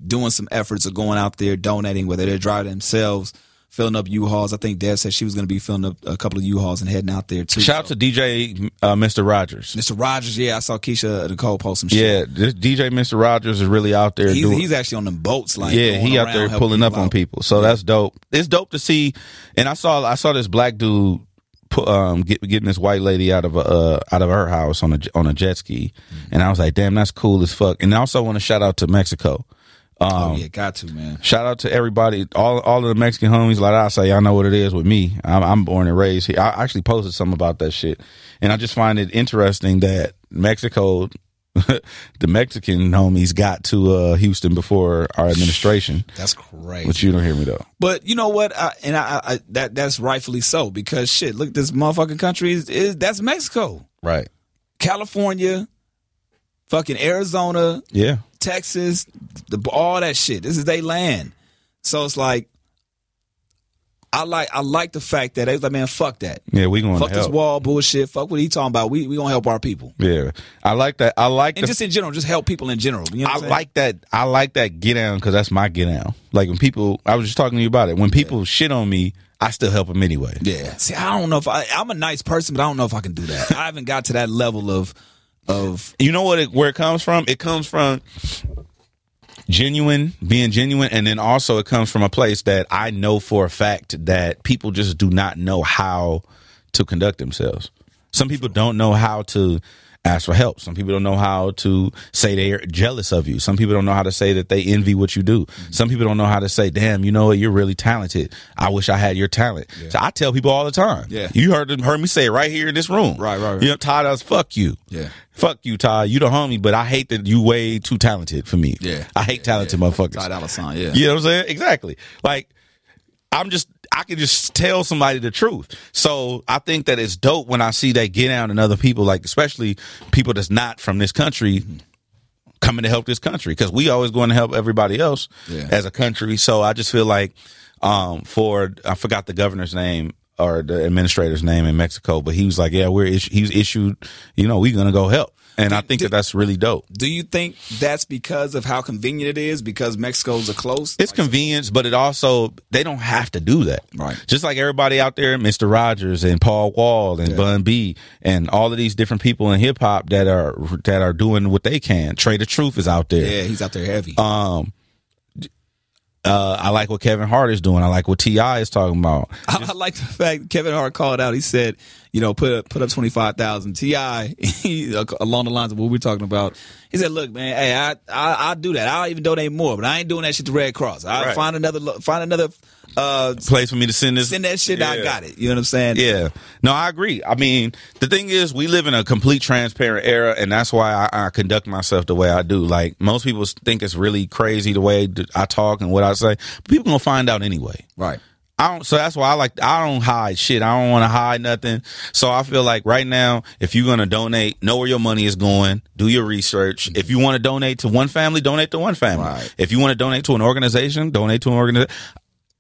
Speaker 3: doing some efforts of going out there donating, whether they're driving themselves, filling up U-Hauls. I think Dev said she was going to be filling up a couple of U-Hauls and heading out there too.
Speaker 4: Shout out to DJ uh, Mr. Rogers.
Speaker 3: Mr. Rogers. Yeah, I saw Keisha Nicole post some shit.
Speaker 4: Yeah, this DJ Mr. Rogers is really out there
Speaker 3: he's,
Speaker 4: doing.
Speaker 3: he's actually on them boats. Like
Speaker 4: yeah,
Speaker 3: going
Speaker 4: he out
Speaker 3: around
Speaker 4: there
Speaker 3: helping
Speaker 4: pulling up on
Speaker 3: out.
Speaker 4: people. So that's dope. It's dope to see. And I saw I saw this black dude pu- um, get, getting this white lady out of a uh, out of her house on a j- on a jet ski,
Speaker 3: Mm-hmm.
Speaker 4: and I was like, damn, that's cool as fuck. And I also want to shout out to Mexico.
Speaker 3: Oh yeah, got to man.
Speaker 4: Shout out to everybody, all all of the Mexican homies. Like I say, y'all know what it is with me. I'm, I'm born and raised here. I actually posted something about that shit, and I just find it interesting that Mexico, the Mexican homies, got to uh, Houston before our administration.
Speaker 3: That's crazy.
Speaker 4: But you don't hear me though.
Speaker 3: But you know what? I, and I, I that that's rightfully so because shit, look, this motherfucking country is, is that's Mexico,
Speaker 4: Right.
Speaker 3: California, fucking Arizona,
Speaker 4: Yeah.
Speaker 3: Texas, the, all that shit. This is their land. So it's like, I like I like the fact that they was like, man, fuck that,
Speaker 4: Yeah, we going
Speaker 3: fuck
Speaker 4: to
Speaker 3: this
Speaker 4: help.
Speaker 3: wall bullshit, fuck what he talking about. We we gonna help our people
Speaker 4: Yeah. I like that. I like
Speaker 3: and
Speaker 4: the
Speaker 3: just in general, just help people in general. You know what
Speaker 4: I
Speaker 3: I'm saying?
Speaker 4: like that. I like that get down because that's my get down. Like when people, I was just talking to you about it. When people shit on me, I still help them anyway.
Speaker 3: Yeah. See, I don't know if I, I'm a nice person, but I don't know if I can do that. I haven't got to that level of of
Speaker 4: you know what it, where it comes from it comes from genuine being genuine and then also it comes from a place that i know for a fact that people just do not know how to conduct themselves some people don't know how to ask for help some people don't know how to say they're jealous of you some people don't know how to say that they envy what you do
Speaker 3: Mm-hmm.
Speaker 4: some people don't know how to say damn you know what you're really talented i wish i had your talent so i tell people all the time
Speaker 3: Yeah.
Speaker 4: you heard heard me say it right here in this room
Speaker 3: Right, right, right.
Speaker 4: you know todd us fuck you
Speaker 3: Yeah.
Speaker 4: fuck you, Todd. You the homie, but I hate that you way too talented for me.
Speaker 3: Yeah.
Speaker 4: I hate talented motherfuckers.
Speaker 3: Todd Allison. Yeah.
Speaker 4: You know what I'm saying? Exactly. Like, I'm just, I can just tell somebody the truth. So I think that it's dope when I see that get out and other people, like, especially people that's not from this country. Coming to help this country because we always going to help everybody else
Speaker 3: Yeah.
Speaker 4: as a country. So I just feel like um, for I forgot the governor's name or the administrator's name in Mexico, but he was like, "Yeah, we're issu- he was issued, you know, we're gonna go help," and I think that that's really dope.
Speaker 3: Do you think that's because of how convenient it is? Because Mexico's are close.
Speaker 4: It's convenience, but it also they don't have to do that.
Speaker 3: Right.
Speaker 4: Just like everybody out there, Mr. Rogers and Paul Wall and Bun B and all of these different people in hip hop that are that are doing what they can. Trey the Truth is out there.
Speaker 3: yeah, he's out there heavy.
Speaker 4: Uh, I like what Kevin Hart is doing. I like what Ti is talking about.
Speaker 3: I, I like the fact Kevin Hart called out. He said, you know, put up, put up twenty five thousand. Ti he- along the lines of what we're talking about. He said, look, man, hey, I I, I do that. I'll even donate more, but I ain't doing that shit to Red Cross. I will
Speaker 4: Right.
Speaker 3: find another lo- find another uh,
Speaker 4: Place for me to send this.
Speaker 3: send that shit. I
Speaker 4: Yeah.
Speaker 3: got it. You know what I'm saying?
Speaker 4: Yeah. No, I agree. I mean, the thing is, we live in a complete transparent era, and that's why I, I conduct myself the way I do. Like, most people think it's really crazy the way that I talk and what I say. People going to find out anyway.
Speaker 3: Right.
Speaker 4: I don't, so that's why I like, I don't hide shit. I don't want to hide nothing. So I feel like right now, if you're going to donate, know where your money is going, do your research. If you want to donate to one family, donate to one family.
Speaker 3: Right.
Speaker 4: If you want to donate to an organization, donate to an organization.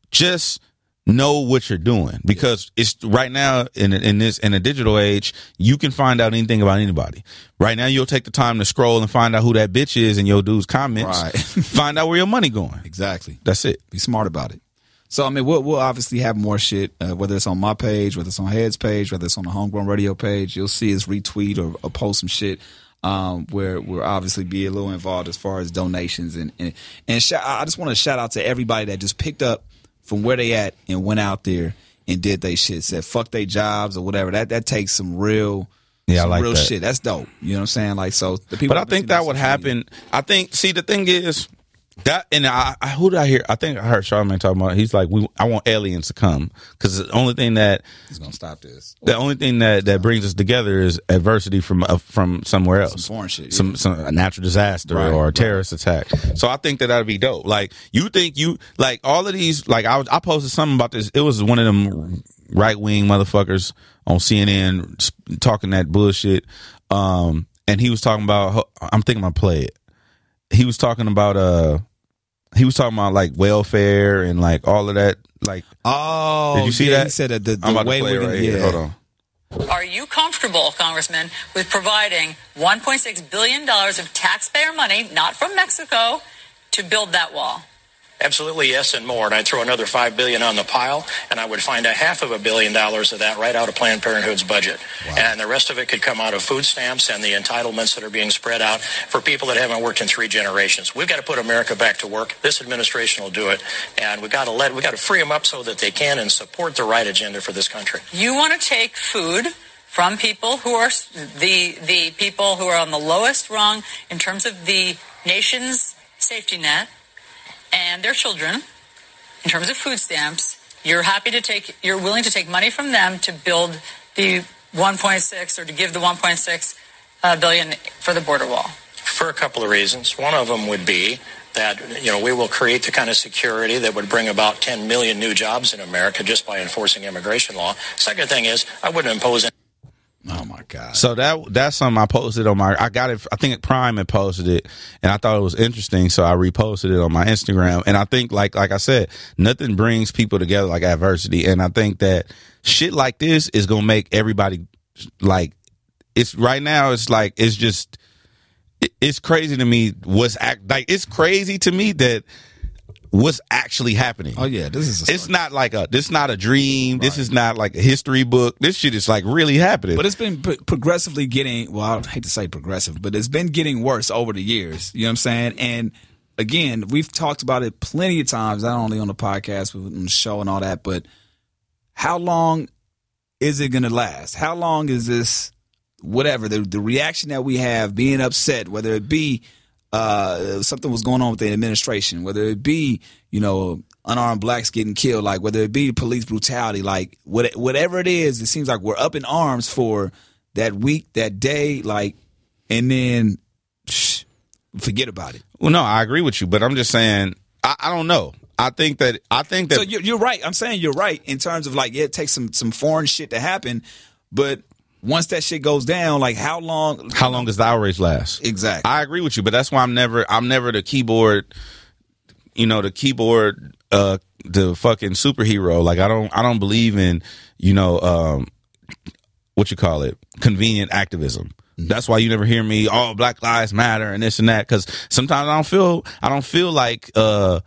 Speaker 4: Just know what you're doing because it's right now in in this in a digital age, you can find out anything about anybody. Right now, you'll take the time to scroll and find out who that bitch is in your dude's comments.
Speaker 3: Right.
Speaker 4: find out where your money going.
Speaker 3: Exactly.
Speaker 4: That's it.
Speaker 3: Be smart about it. So I mean, we'll we'll obviously have more shit, uh, whether it's on my page, whether it's on Head's page, whether it's on the Homegrown Radio page. You'll see us retweet or, or post some shit um, where we'll obviously be a little involved as far as donations and and, and sh- I just want to shout out to everybody that just picked up from where they at and went out there and did they shit, said fuck they jobs or whatever. That that takes some real.
Speaker 4: Yeah, I
Speaker 3: some
Speaker 4: like
Speaker 3: real
Speaker 4: that.
Speaker 3: shit. That's dope. You know what I'm saying? Like so, the people.
Speaker 4: But I think that would happen. I think. See, the thing is, That and I, I who did I hear? I think I heard Charlamagne talking about. He's like, we I want aliens to come because the only thing that
Speaker 3: He's gonna stop this.
Speaker 4: the only thing that that brings us together is adversity from uh, from somewhere else,
Speaker 3: Some foreign shit,
Speaker 4: some,
Speaker 3: yeah.
Speaker 4: some a natural disaster
Speaker 3: Right,
Speaker 4: or a
Speaker 3: right.
Speaker 4: terrorist attack. So I think that that'd be dope. Like you think you like all of these. Like I was, I posted something about this. It was one of them right wing motherfuckers on CNN sp- talking that bullshit. Um, and he was talking about. ho- I'm thinking I play it. He was talking about uh, he was talking about like welfare and like all of that. Like
Speaker 3: Oh,
Speaker 4: did you see
Speaker 3: yeah,
Speaker 4: that?
Speaker 3: He said that the, the
Speaker 4: I'm about
Speaker 3: way
Speaker 4: to play
Speaker 3: we're
Speaker 4: it
Speaker 3: gonna
Speaker 4: right here.
Speaker 3: yeah.
Speaker 4: Hold on.
Speaker 7: Are you comfortable, Congressman, with providing $1.6 billion of taxpayer money, not from Mexico, to build that wall?
Speaker 8: Absolutely, yes, and more. And I'd throw another five billion on the pile, and I would find a half of a billion dollars of that right out of Planned Parenthood's budget, and the rest of it could come out of food stamps and the entitlements that are being spread out for people that haven't worked in three generations. We've got to put America back to work. This administration will do it, and we got to let we got to free them up so that they can and support the right agenda for this country.
Speaker 7: You want to take food from people who are s- the the people who are on the lowest rung in terms of the nation's safety net and their children in terms of food stamps. You're happy to take you're willing to take money from them to build the 1.6 or to give the 1.6 uh, billion for the border wall.
Speaker 8: for a couple of reasons. One of them would be that you know we will create the kind of security that would bring about 10 million new jobs in America just by enforcing immigration law. Second thing is I wouldn't impose
Speaker 3: Oh my god.
Speaker 4: So that that's something I posted on my. I got it. I think Prime had posted it, and I thought it was interesting, so I reposted it on my Instagram. And I think, like like I said, nothing brings people together like adversity. And I think that shit like this is gonna make everybody like it's right now. It's like it's just it- it's crazy to me. What's act like? It's crazy to me that what's actually happening.
Speaker 3: oh yeah, this is. A
Speaker 4: It's not like a. This is not a dream. This is not like a history book. This shit is like really happening.
Speaker 3: But it's been pro- progressively getting, well, I hate to say progressive, but it's been getting worse over the years. You know what I'm saying? And again, we've talked about it plenty of times, not only on the podcast, but on the show and all that, but how long is it going to last? How long is this, whatever, the, the reaction that we have, being upset, whether it be uh, something was going on with the administration, whether it be, you know, unarmed blacks getting killed, like whether it be police brutality, like what, whatever it is, it seems like we're up in arms for that week, that day, like, and then psh, forget about it.
Speaker 4: Well, no, I agree with you, but I'm just saying, I, I don't know. I think that I think that
Speaker 3: So you're, you're right. I'm saying you're right in terms of like, yeah, it takes some, some foreign shit to happen, but once that shit goes down, like how long?
Speaker 4: how long does the outrage last?
Speaker 3: Exactly.
Speaker 4: I agree with you, but that's why I'm never I'm never the keyboard, you know, the keyboard uh the fucking superhero. Like I don't I don't believe in, you know, um what you call it, convenient activism.
Speaker 3: Mm-hmm.
Speaker 4: That's why you never hear me, oh, Black Lives Matter and this and that cuz sometimes I don't feel I don't feel like uh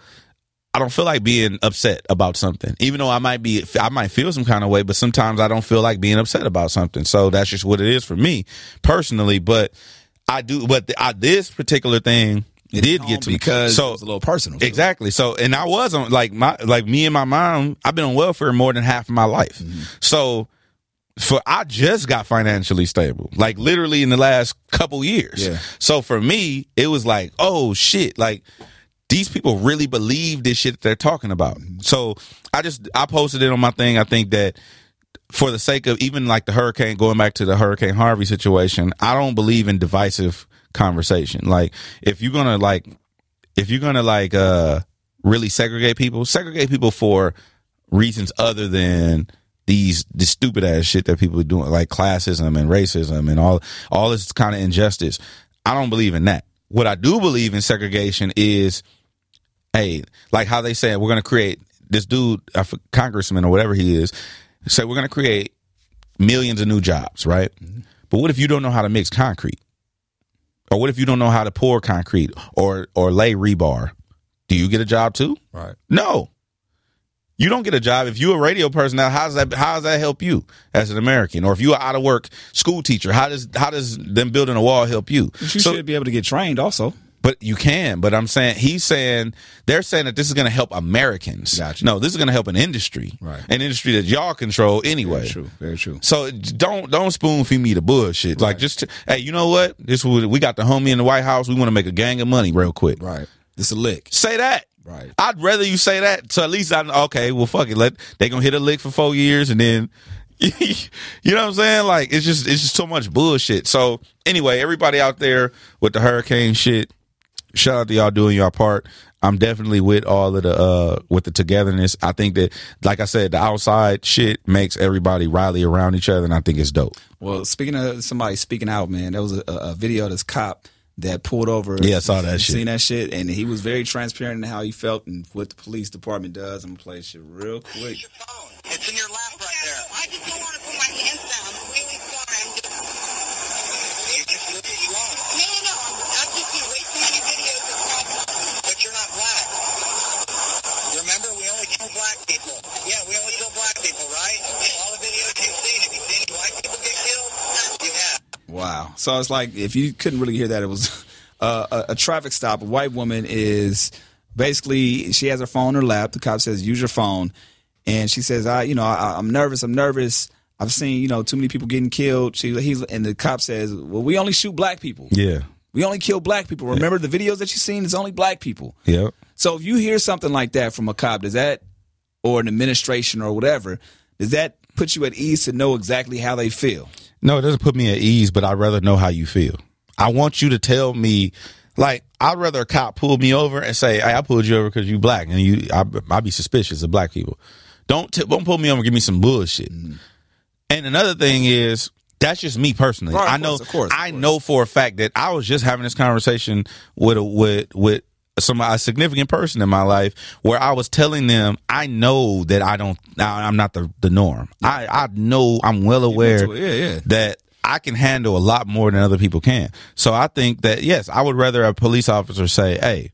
Speaker 4: I don't feel like being upset about something, even though I might be, I might feel some kind of way, but sometimes I don't feel like being upset about something. So that's just what it is for me personally. But I do, but th- I, this particular thing
Speaker 3: It
Speaker 4: did
Speaker 3: hit
Speaker 4: get to
Speaker 3: home
Speaker 4: me
Speaker 3: because
Speaker 4: So
Speaker 3: it was a little personal. to it.
Speaker 4: Exactly. So, and I was on like my like me and my mom. I've been on welfare more than half of my life. So, for I just got financially stable, like literally in the last couple years.
Speaker 3: Yeah.
Speaker 4: So for me, it was like, oh shit, like these people really believe this shit that they're talking about. So I just I posted it on my thing. I think that for the sake of even like the hurricane going back to the hurricane harvey situation i don't believe in divisive conversation like if you're gonna like if you're gonna like uh really segregate people segregate people for reasons other than these the stupid ass shit that people are doing like classism and racism and all all this kind of injustice i don't believe in that what i do believe in segregation is hey, like how they said, we're going to create this dude, a f- congressman or whatever he is, say we're going to create millions of new jobs, right?
Speaker 3: Mm-hmm.
Speaker 4: But what if you don't know how to mix concrete? Or what if you don't know how to pour concrete or or lay rebar? Do you get a job too?
Speaker 3: Right.
Speaker 4: No. You don't get a job if you're a radio person. Now, how does that how does that help you as an American? Or if you're out of work school teacher, how does how does them building a wall help you?
Speaker 3: But you
Speaker 4: So-
Speaker 3: should be able to get trained also.
Speaker 4: but you can. But I'm saying he's saying they're saying that this is going to help Americans.
Speaker 3: Gotcha.
Speaker 4: No, this is going to help an industry,
Speaker 3: Right.
Speaker 4: An industry that y'all control
Speaker 3: Very
Speaker 4: anyway.
Speaker 3: true. Very true.
Speaker 4: So don't don't spoon feed me the bullshit. Like just hey, you know what? This was, we got the homie in the White House. We want to make a gang of money real quick.
Speaker 3: Right. It's a lick.
Speaker 4: Say that.
Speaker 3: Right.
Speaker 4: I'd rather you say that. So at least I know, okay, well fuck it. Let they gonna hit a lick for four years and then you know what I'm saying? Like it's just it's just so much bullshit. So anyway, everybody out there with the hurricane shit, shout out to y'all doing your part. I'm definitely with all of the uh with the togetherness. I think that like I said, the outside shit makes everybody rally around each other and I think it's dope.
Speaker 3: Well, speaking of somebody speaking out, man, there was a, a video of this cop that pulled over.
Speaker 4: Yeah, I saw that
Speaker 3: You
Speaker 4: shit.
Speaker 3: Seen that shit, and he was very transparent in how he felt and what the police department does. I'm gonna play this shit real quick.
Speaker 9: It's your phone. It's in your lap right there. I just don't want to put my hands down. I'm really sorry. I'm just. You just look at you wrong. No, no, no. I've just seen way too many videos of cops. But you're not black. Remember, we only kill black people. Yeah, we only kill black people, right? All the videos you've seen, have you seen black people get killed? You have.
Speaker 3: Wow. So it's like if you couldn't really hear that, it was uh, a, a traffic stop. A white woman is basically she has her phone in her lap. The cop says, "Use your phone," and she says, "I, you know, I, I'm nervous. I'm nervous. I've seen you know too many people getting killed." She he's and the cop says, "Well, we only shoot black people.
Speaker 4: Yeah.
Speaker 3: We only kill black people. Remember the videos that you've seen? It's only black people."
Speaker 4: Yep.
Speaker 3: So if you hear something like that from a cop, does that or an administration or whatever, does that put you at ease to know exactly how they feel?
Speaker 4: No, it doesn't put me at ease, but I'd rather know how you feel. I want you to tell me, like, I'd rather a cop pull me over and say, hey, I pulled you over because you black, and you, I, I'd be suspicious of black people. Don't t- don't pull me over and give me some bullshit.
Speaker 3: Mm-hmm.
Speaker 4: And another thing is, that's just me personally.
Speaker 3: Right, of
Speaker 4: I know,
Speaker 3: course, of course, of
Speaker 4: I
Speaker 3: course.
Speaker 4: know for a fact that I was just having this conversation with a, with with some a significant person in my life where I was telling them I know that I don't I, I'm not the, the norm. I I know I'm well aware
Speaker 3: to it, yeah, yeah.
Speaker 4: that I can handle a lot more than other people can. So I think that yes, I would rather a police officer say, "Hey,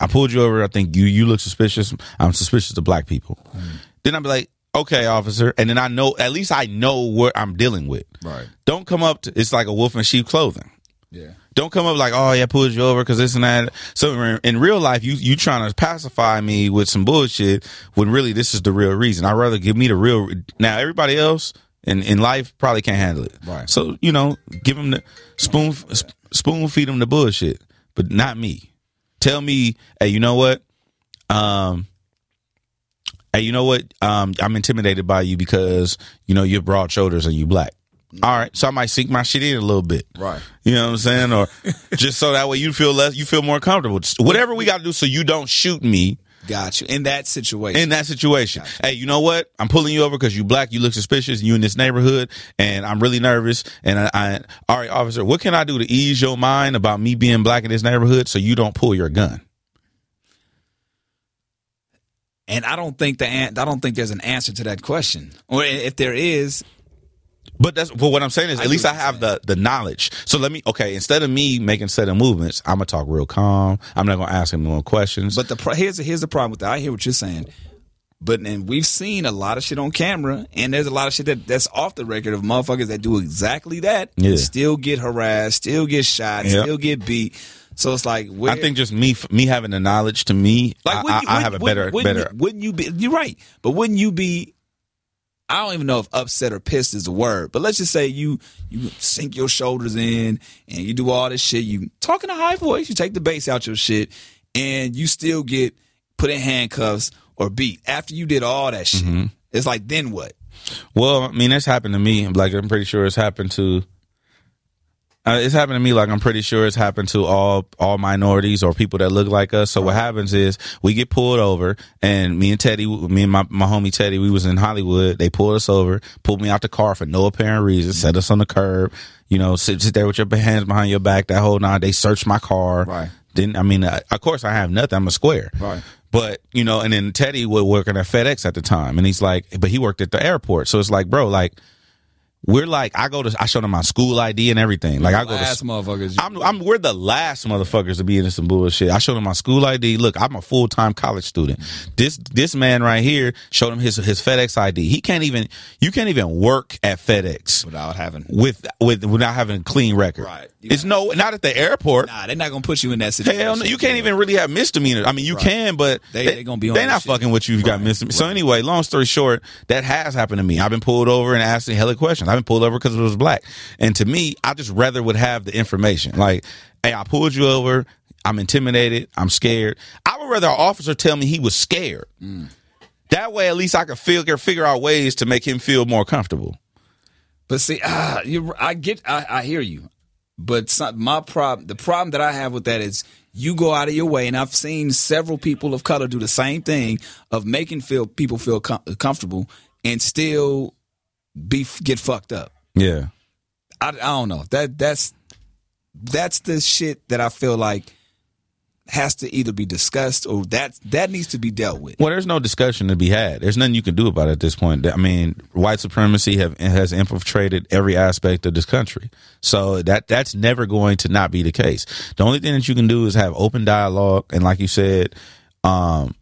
Speaker 4: I pulled you over. I think you you look suspicious. I'm suspicious of black people." Then I'd be like, "Okay, officer," and then I know at least I know what I'm dealing with.
Speaker 3: Right.
Speaker 4: Don't come up. To, it's like a wolf in sheep clothing.
Speaker 3: Yeah.
Speaker 4: Don't come up like, "Oh yeah, I pulled you over because this and that." So in, in real life, you you trying to pacify me with some bullshit when really this is the real reason. I'd rather give me the real. re- Now everybody else in in life probably can't handle it.
Speaker 3: Right.
Speaker 4: So you know, give them the spoon sp- spoon feed them the bullshit, but not me. Tell me, hey, you know what? Um, hey, you know what? Um, I'm intimidated by you because you know you're broad shoulders and you black. All right, so I might sink my shit in a little bit.
Speaker 3: Right.
Speaker 4: You know what I'm saying? Or just so that way you feel less, you feel more comfortable. Just whatever we got to do so you don't shoot me
Speaker 3: Got you. In that situation.
Speaker 4: in that situation. Hey, you know what? I'm pulling you over because you black, you look suspicious, and you in this neighborhood, and I'm really nervous. And I, I, all right, officer, what can I do to ease your mind about me being black in this neighborhood so you don't pull your gun?
Speaker 3: And I don't think the an- I don't think there's an answer to that question, or i- if there is,
Speaker 4: But that's well, what I'm saying is at
Speaker 3: I
Speaker 4: least
Speaker 3: get
Speaker 4: I
Speaker 3: what you're
Speaker 4: have the the knowledge. So let me okay, instead of me making set of movements, I'm gonna talk real calm. I'm not gonna ask him more questions.
Speaker 3: but the pro- here's the, here's the problem with that. I hear what you're saying, but and we've seen a lot of shit on camera, and there's a lot of shit that, that's off the record of motherfuckers that do exactly that,
Speaker 4: Yeah.
Speaker 3: still get harassed, still get shot,
Speaker 4: Yep.
Speaker 3: still get beat. So it's like where,
Speaker 4: I think just me me having the knowledge to me, I,
Speaker 3: wouldn't you-
Speaker 4: I, I have a
Speaker 3: wouldn't-
Speaker 4: better
Speaker 3: wouldn't,
Speaker 4: better.
Speaker 3: You, wouldn't you be? You're right, but wouldn't you be? I don't even know if upset or pissed is the word, but let's just say you you sink your shoulders in and you do all this shit. You talk in a high voice, you take the bass out your shit, and you still get put in handcuffs or beat after you did all that shit.
Speaker 4: Mm-hmm.
Speaker 3: It's like then what?
Speaker 4: Well, I mean, that's happened to me. Like I'm pretty sure it's happened to. Uh, it's happened to me. Like I'm pretty sure it's happened to all all minorities or people that look like us. So what happens is we get pulled over, and me and Teddy, me and my my homie Teddy, we was in Hollywood. They pulled us over, pulled me out the car for no apparent reason, set us on the curb. You know, sit, sit there with your hands behind your back. That whole nine. They searched my car.
Speaker 3: Right.
Speaker 4: Then I mean, uh, of course I have nothing. I'm a square.
Speaker 3: Right.
Speaker 4: But you know, and then Teddy was working at FedEx at the time, and he's like, but he worked at the airport, so it's like, bro, like we're like, I go to, I show them my school ID and everything. Like I go
Speaker 3: Last
Speaker 4: to.
Speaker 3: motherfuckers.
Speaker 4: I'm, I'm, we're the last motherfuckers to be in some bullshit. I showed him my school ID. Look, I'm a full time college student. This this man right here showed him his his FedEx ID. He can't even you can't even work at FedEx
Speaker 3: without having.
Speaker 4: with with without having a clean record.
Speaker 3: Right.
Speaker 4: It's no not at the airport.
Speaker 3: Nah, they're not gonna put you in that situation.
Speaker 4: Hell no, you can't even really have misdemeanors. I mean, you can, but
Speaker 3: They- they gonna be on
Speaker 4: they
Speaker 3: that
Speaker 4: not
Speaker 3: shit.
Speaker 4: fucking with you. if You got misdemeanors. So anyway, long story short, that has happened to me. I've been pulled over and asking hella questions. I've been pulled over because it was black, and to me, I just rather would have the information. Like, hey, I pulled you over. I'm intimidated. I'm scared. I would rather an officer tell me he was scared.
Speaker 3: Mm.
Speaker 4: That way, at least I could figure figure out ways to make him feel more comfortable.
Speaker 3: But see, ah, you, I get, I, I hear you. But some, my problem, the problem that I have with that is you go out of your way, and I've seen several people of color do the same thing of making feel people feel com- comfortable and still be get fucked up.
Speaker 4: Yeah.
Speaker 3: I, I don't know. That that's that's the shit that I feel like has to either be discussed or that that needs to be dealt with.
Speaker 4: Well, there's no discussion to be had. There's nothing you can do about it at this point. I mean, white supremacy have has infiltrated every aspect of this country. So that that's never going to not be the case. The only thing that you can do is have open dialogue and like you said, um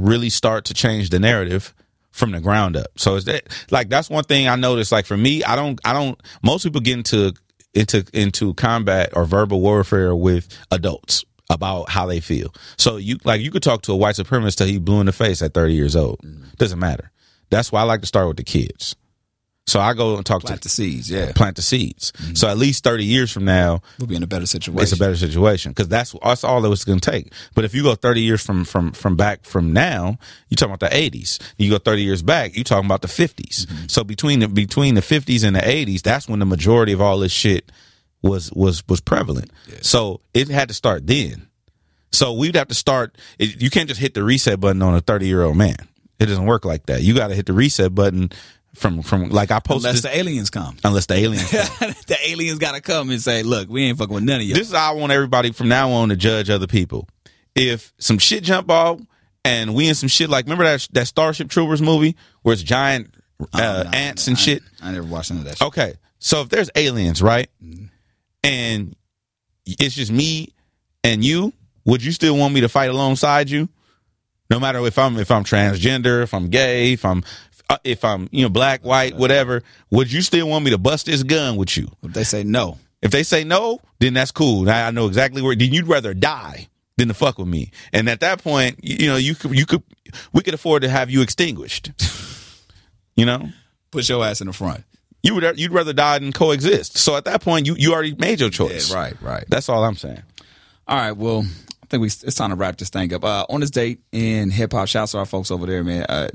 Speaker 4: really start to change the narrative from the ground up. So is that like that's one thing I noticed like for me, I don't I don't most people get into into into combat or verbal warfare with adults about how they feel. So you like you could talk to a white supremacist till he blew in the face at 30 years old.
Speaker 3: Mm-hmm.
Speaker 4: Doesn't matter. That's why I like to start with the kids. So I go and talk
Speaker 3: Plant
Speaker 4: to
Speaker 3: the seeds, yeah. Mm-hmm.
Speaker 4: plant the seeds. So at least 30 years from now,
Speaker 3: We'll be in a better situation.
Speaker 4: it's a better situation because that's that's all that was going to take. But if you go thirty years from from from back from now, you talking about the eighties. You go thirty years back, you talking about the 50s
Speaker 3: Mm-hmm.
Speaker 4: So between the between the fifties and the eighties, that's when the majority of all this shit was was was prevalent. So it had to start then. So we'd have to start. It, you can't just hit the reset button on a thirty year old man. It doesn't work like that. You got to hit the reset button from from like I posted
Speaker 3: Unless the aliens come.
Speaker 4: unless the aliens.
Speaker 3: the aliens gotta come and say, look, we ain't fucking with none of you.
Speaker 4: This is how I want everybody from now on to judge other people. If some shit jump off and we in some shit like remember that that Starship Troopers movie where it's giant
Speaker 3: Oh,
Speaker 4: uh, ants and shit. Oh.
Speaker 3: I never watched Mm-hmm. none of that shit.
Speaker 4: Okay, so if there's aliens, right, and it's just me and you, would you still want me to fight alongside you? No matter if I'm if I'm transgender, if I'm gay, if I'm uh, if I'm you know black, white, whatever, would you still want me to bust this gun with you?
Speaker 3: If they say no.
Speaker 4: If they say no, then that's cool. Now I know exactly where. Then you'd rather die than to fuck with me. And at that point, you, you know, you could, you could, we could afford to have you extinguished. you know,
Speaker 3: Put your ass in the front.
Speaker 4: you would you'd rather die than coexist. So at that point, you you already made your choice.
Speaker 3: Yeah, right, right.
Speaker 4: That's all I'm saying.
Speaker 3: All right, well, I think we it's time to wrap this thing up. Uh, on this date in hip hop, shouts to our folks over there, man. Uh,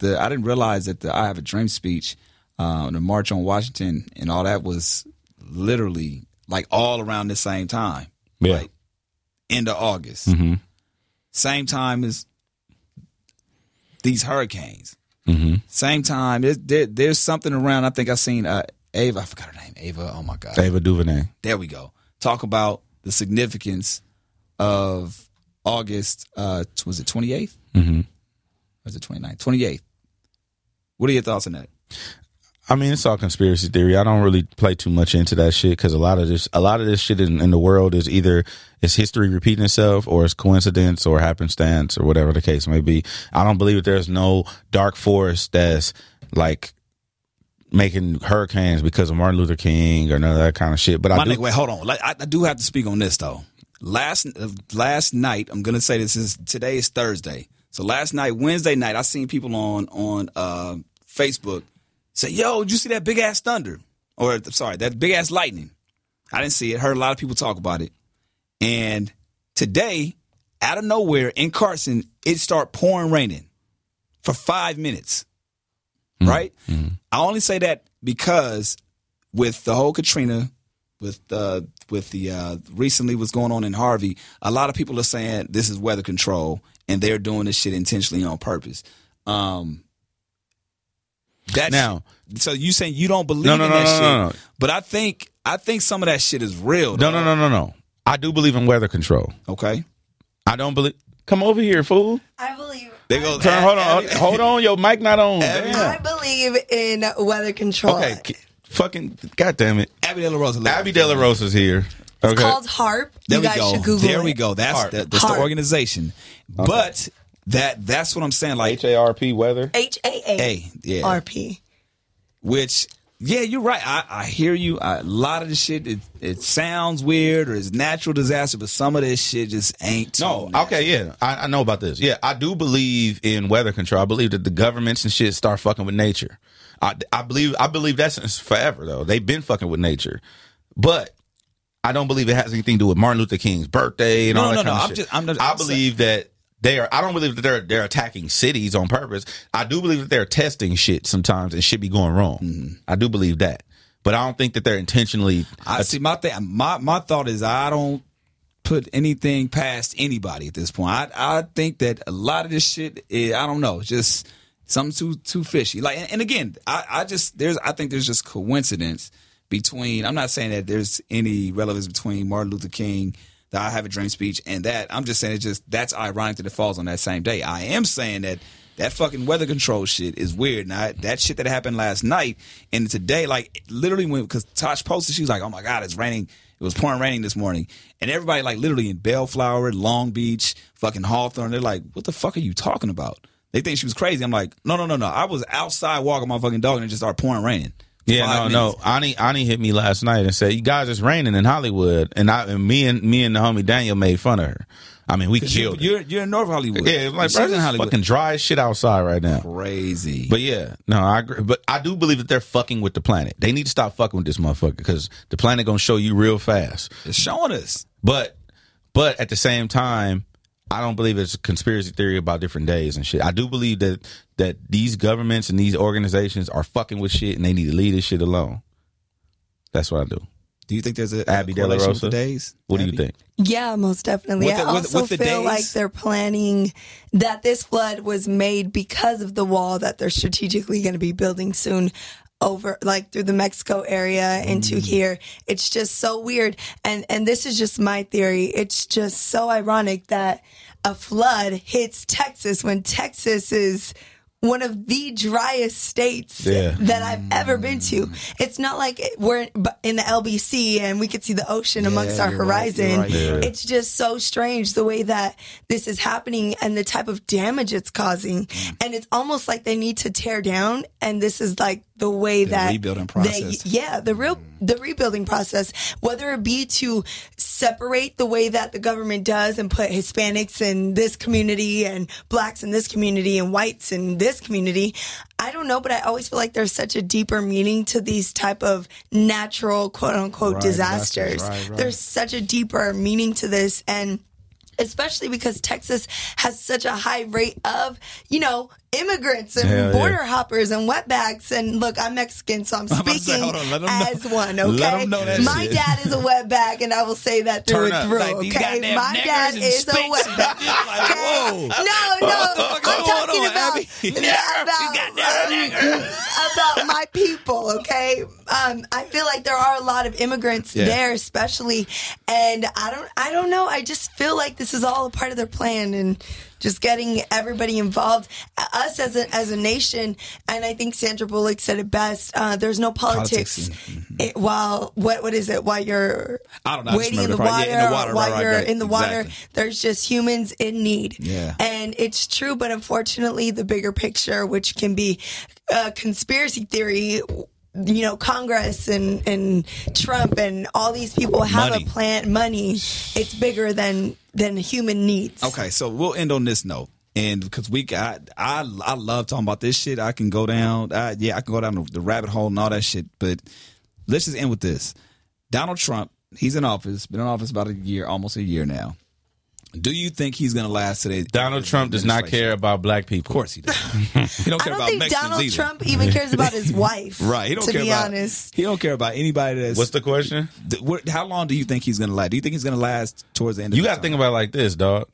Speaker 3: the I didn't realize that the I Have a Dream speech, uh, the March on Washington, and all that was literally like all around the same time,
Speaker 4: Yeah.
Speaker 3: like end of August, same time as these hurricanes, same time. There's, there, there's something around. I think I seen uh, Ava. I forgot her name. Ava. Oh my god.
Speaker 4: Ava DuVernay.
Speaker 3: There we go. Talk about the significance of August. Uh, t- was it 28th? Mm-hmm. Was it 29th? 28th. What are your thoughts on that?
Speaker 4: I mean, it's all conspiracy theory. I don't really play too much into that shit because a lot of this, a lot of this shit in, in the world is either it's history repeating itself, or it's coincidence, or happenstance, or whatever the case may be. I don't believe that there's no dark force that's like making hurricanes because of Martin Luther King or none of that kind of shit. But
Speaker 3: My
Speaker 4: I
Speaker 3: nigga,
Speaker 4: do,
Speaker 3: wait, hold on. Like, I, I do have to speak on this though. Last uh, last night, I'm gonna say this is today is Thursday. So last night, Wednesday night, I seen people on on uh, Facebook say, "Yo, did you see that big ass thunder?" Or sorry, that big ass lightning. I didn't see it. Heard a lot of people talk about it. And today, out of nowhere in Carson, it started pouring raining for five minutes. Right? I only say that because with the whole Katrina, with uh, with the uh, recently what's going on in Harvey, a lot of people are saying this is weather control and they're doing this shit intentionally on purpose. Um, that's
Speaker 4: Now-
Speaker 3: so you saying you don't believe
Speaker 4: No, no,
Speaker 3: in
Speaker 4: no,
Speaker 3: that
Speaker 4: no,
Speaker 3: shit,
Speaker 4: no, no.
Speaker 3: but I think I think some of that shit is real.
Speaker 4: no,
Speaker 3: dog.
Speaker 4: no, no, no, no. I do believe in weather control.
Speaker 3: Okay.
Speaker 4: I don't believe. Come over here, fool.
Speaker 10: I believe.
Speaker 3: They go
Speaker 4: Turn. Hold on.
Speaker 3: eh,
Speaker 4: Hold on. Your mic not on.
Speaker 10: I
Speaker 4: Damn.
Speaker 10: believe in weather control.
Speaker 4: Okay. k- Fucking. God damn it.
Speaker 3: Abby De La Rosa.
Speaker 4: Abby De La Rosa's here. Okay.
Speaker 10: It's called HARP.
Speaker 3: There
Speaker 10: you
Speaker 3: we
Speaker 10: guys
Speaker 3: go.
Speaker 10: should Google
Speaker 3: there we
Speaker 10: it.
Speaker 3: go. That's
Speaker 4: Heart.
Speaker 3: the, that's the
Speaker 10: Heart.
Speaker 3: organization. But that that's what I'm saying. Like,
Speaker 4: H A R P weather.
Speaker 10: H A
Speaker 3: hey, yeah.
Speaker 10: A R P.
Speaker 3: Which, yeah, you're right. I, I hear you. I- A lot of the shit, it, it sounds weird or it's natural disaster, but some of this shit just ain't.
Speaker 4: No,
Speaker 3: too
Speaker 4: okay, yeah, I, I know about this. Yeah, I do believe in weather control. I believe that the governments and shit start fucking with nature. I, I believe I believe that since forever though. They've been fucking with nature, but I don't believe it has anything to do with Martin Luther King's birthday and
Speaker 3: No,
Speaker 4: all that
Speaker 3: no,
Speaker 4: kind of
Speaker 3: no, I'm
Speaker 4: shit.
Speaker 3: just- I'm just-
Speaker 4: I believe that they are. I don't believe that they're they're attacking cities on purpose. I do believe that they're testing shit sometimes and shit be going wrong.
Speaker 3: Mm-hmm.
Speaker 4: I do believe that, but I don't think that they're intentionally.
Speaker 3: I see. My thing, my my thought is, I don't put anything past anybody at this point. I I think that a lot of this shit, is, I don't know, just something too too fishy. Like, and, and again, I I just there's I think there's just coincidence between. I'm not saying that there's any relevance between Martin Luther King. The I have a dream speech and that I'm just saying it's just that's ironic that it falls on that same day. I am saying that that fucking weather control shit is weird. Now that shit that happened last night and today, like literally when because Tosh posted, she was like, "Oh my god, it's raining." It was pouring raining this morning, and everybody like literally in Bellflower, Long Beach, fucking Hawthorne. They're like, "What the fuck are you talking about?" They think she was crazy. I'm like, "No, no, no, no. I was outside walking my fucking dog, and it just started pouring rain."
Speaker 4: Yeah, no,
Speaker 3: Five
Speaker 4: no. Ani Ani hit me last night and said, "You guys, it's raining in Hollywood," and I and me and me and the homie Daniel made fun of her. I mean, we
Speaker 3: Because you,
Speaker 4: killed. her.
Speaker 3: you're you're in North Hollywood.
Speaker 4: Yeah, it's like
Speaker 3: She's
Speaker 4: bro,
Speaker 3: in
Speaker 4: it's
Speaker 3: Hollywood.
Speaker 4: fucking dry as shit outside right now.
Speaker 3: Crazy.
Speaker 4: But yeah, no, I agree. But I do believe that they're fucking with the planet. They need to stop fucking with this motherfucker because the planet gonna show you real fast.
Speaker 3: It's showing us.
Speaker 4: But but at the same time, I don't believe it's a conspiracy theory about different days and shit. I do believe that that these governments and these organizations are fucking with shit and they need to leave this shit alone. That's what I do.
Speaker 3: Do you think there's a, a
Speaker 4: Abby De La
Speaker 3: correlation with
Speaker 4: Rosa.
Speaker 3: the days?
Speaker 4: What do
Speaker 3: Abby?
Speaker 4: you think?
Speaker 10: Yeah, most definitely.
Speaker 3: With the-
Speaker 10: I
Speaker 3: with-
Speaker 10: also
Speaker 3: with the
Speaker 10: feel
Speaker 3: days?
Speaker 10: like they're planning that this flood was made because of the wall that they're strategically going to be building soon over like through the Mexico area
Speaker 3: Mm.
Speaker 10: into here. It's just so weird. And and this is just my theory. It's just so ironic that a flood hits Texas when Texas is one of the driest states
Speaker 4: Yeah.
Speaker 10: that I've ever been
Speaker 3: Mm.
Speaker 10: to. It's not like we're in the LBC and we could see the ocean amongst our
Speaker 3: you're right, you're
Speaker 10: horizon.
Speaker 3: right, you're right.
Speaker 10: It's just so strange the way that this is happening and the type of damage it's causing.
Speaker 3: Mm.
Speaker 10: And it's almost like they need to tear down. And this is like the way that
Speaker 3: rebuilding
Speaker 10: they-
Speaker 3: process.
Speaker 10: yeah, the real the rebuilding process, whether it be to separate the way that the government does and put Hispanics in this community and blacks in this community and whites in this community. I don't know, but I always feel like there's such a deeper meaning to these type of natural quote unquote
Speaker 3: Right, disasters,
Speaker 10: disasters.
Speaker 3: right, right.
Speaker 10: There's such a deeper meaning to this and especially because Texas has such a high rate of, you know, immigrants and
Speaker 4: Hell yeah.
Speaker 10: border hoppers and wetbacks. And look, I'm Mexican, so I'm
Speaker 3: I'm about to
Speaker 10: speaking
Speaker 3: say, hold on, let 'em know.
Speaker 10: as one. Okay,
Speaker 3: Let 'em know that
Speaker 10: my
Speaker 3: shit.
Speaker 10: dad is a wetback, and I will say that through
Speaker 4: Turn up.
Speaker 10: and through.
Speaker 3: Like, these
Speaker 10: okay,
Speaker 3: goddamn
Speaker 10: my
Speaker 3: niggers
Speaker 10: dad
Speaker 3: and
Speaker 10: is a
Speaker 3: Spinks and
Speaker 10: wetback.
Speaker 3: shit, like,
Speaker 10: okay?
Speaker 3: whoa.
Speaker 10: No, no,
Speaker 3: What the fuck
Speaker 10: I'm
Speaker 3: is going
Speaker 10: talking
Speaker 3: on,
Speaker 10: about
Speaker 3: Abby?
Speaker 10: about,
Speaker 3: Nigger, you goddamn
Speaker 10: about my people, okay? Um, I feel like there are a lot of immigrants there, especially, and I don't, I don't know. I just feel like this is all a part of their plan and just getting everybody involved. Us as a as a nation, and I think Sandra Bullock said it best. Uh, there's no politics, it, while what what is it? While you're
Speaker 3: mm-hmm. I don't know, I just
Speaker 10: waiting in
Speaker 3: remember
Speaker 10: the,
Speaker 3: the part-
Speaker 10: water,
Speaker 3: yeah, in the water,
Speaker 10: or while
Speaker 3: right, right,
Speaker 10: you're
Speaker 3: right.
Speaker 10: in the water,
Speaker 3: Exactly.
Speaker 10: there's just humans in need.
Speaker 3: Yeah.
Speaker 10: And it's true, but unfortunately, the bigger picture, which can be uh, conspiracy theory, you know, Congress and, and Trump and all these people have
Speaker 3: Money.
Speaker 10: a plan, money, it's bigger than, than human needs.
Speaker 3: Okay, so we'll end on this note, and because we got, I I love talking about this shit. I can go down, I, yeah, I can go down the rabbit hole and all that shit. But let's just end with this: Donald Trump, he's in office, been in office about a year, almost a year now. Do you think he's gonna last today?
Speaker 4: Donald Trump does not care about black people.
Speaker 3: Of course he does. he don't
Speaker 10: I
Speaker 3: care
Speaker 10: don't
Speaker 3: about
Speaker 10: think
Speaker 3: Mexicans
Speaker 10: Donald
Speaker 3: either.
Speaker 10: Trump even cares about his wife.
Speaker 3: Right, he don't
Speaker 10: to
Speaker 3: care
Speaker 10: be
Speaker 3: about.
Speaker 10: honest.
Speaker 3: He don't care about anybody that's.
Speaker 4: What's the question?
Speaker 3: th- what- how long do you think he's gonna last? Do you think he's gonna last towards the end? of
Speaker 4: You
Speaker 3: the
Speaker 4: got to
Speaker 3: time?
Speaker 4: think about it like this, dog.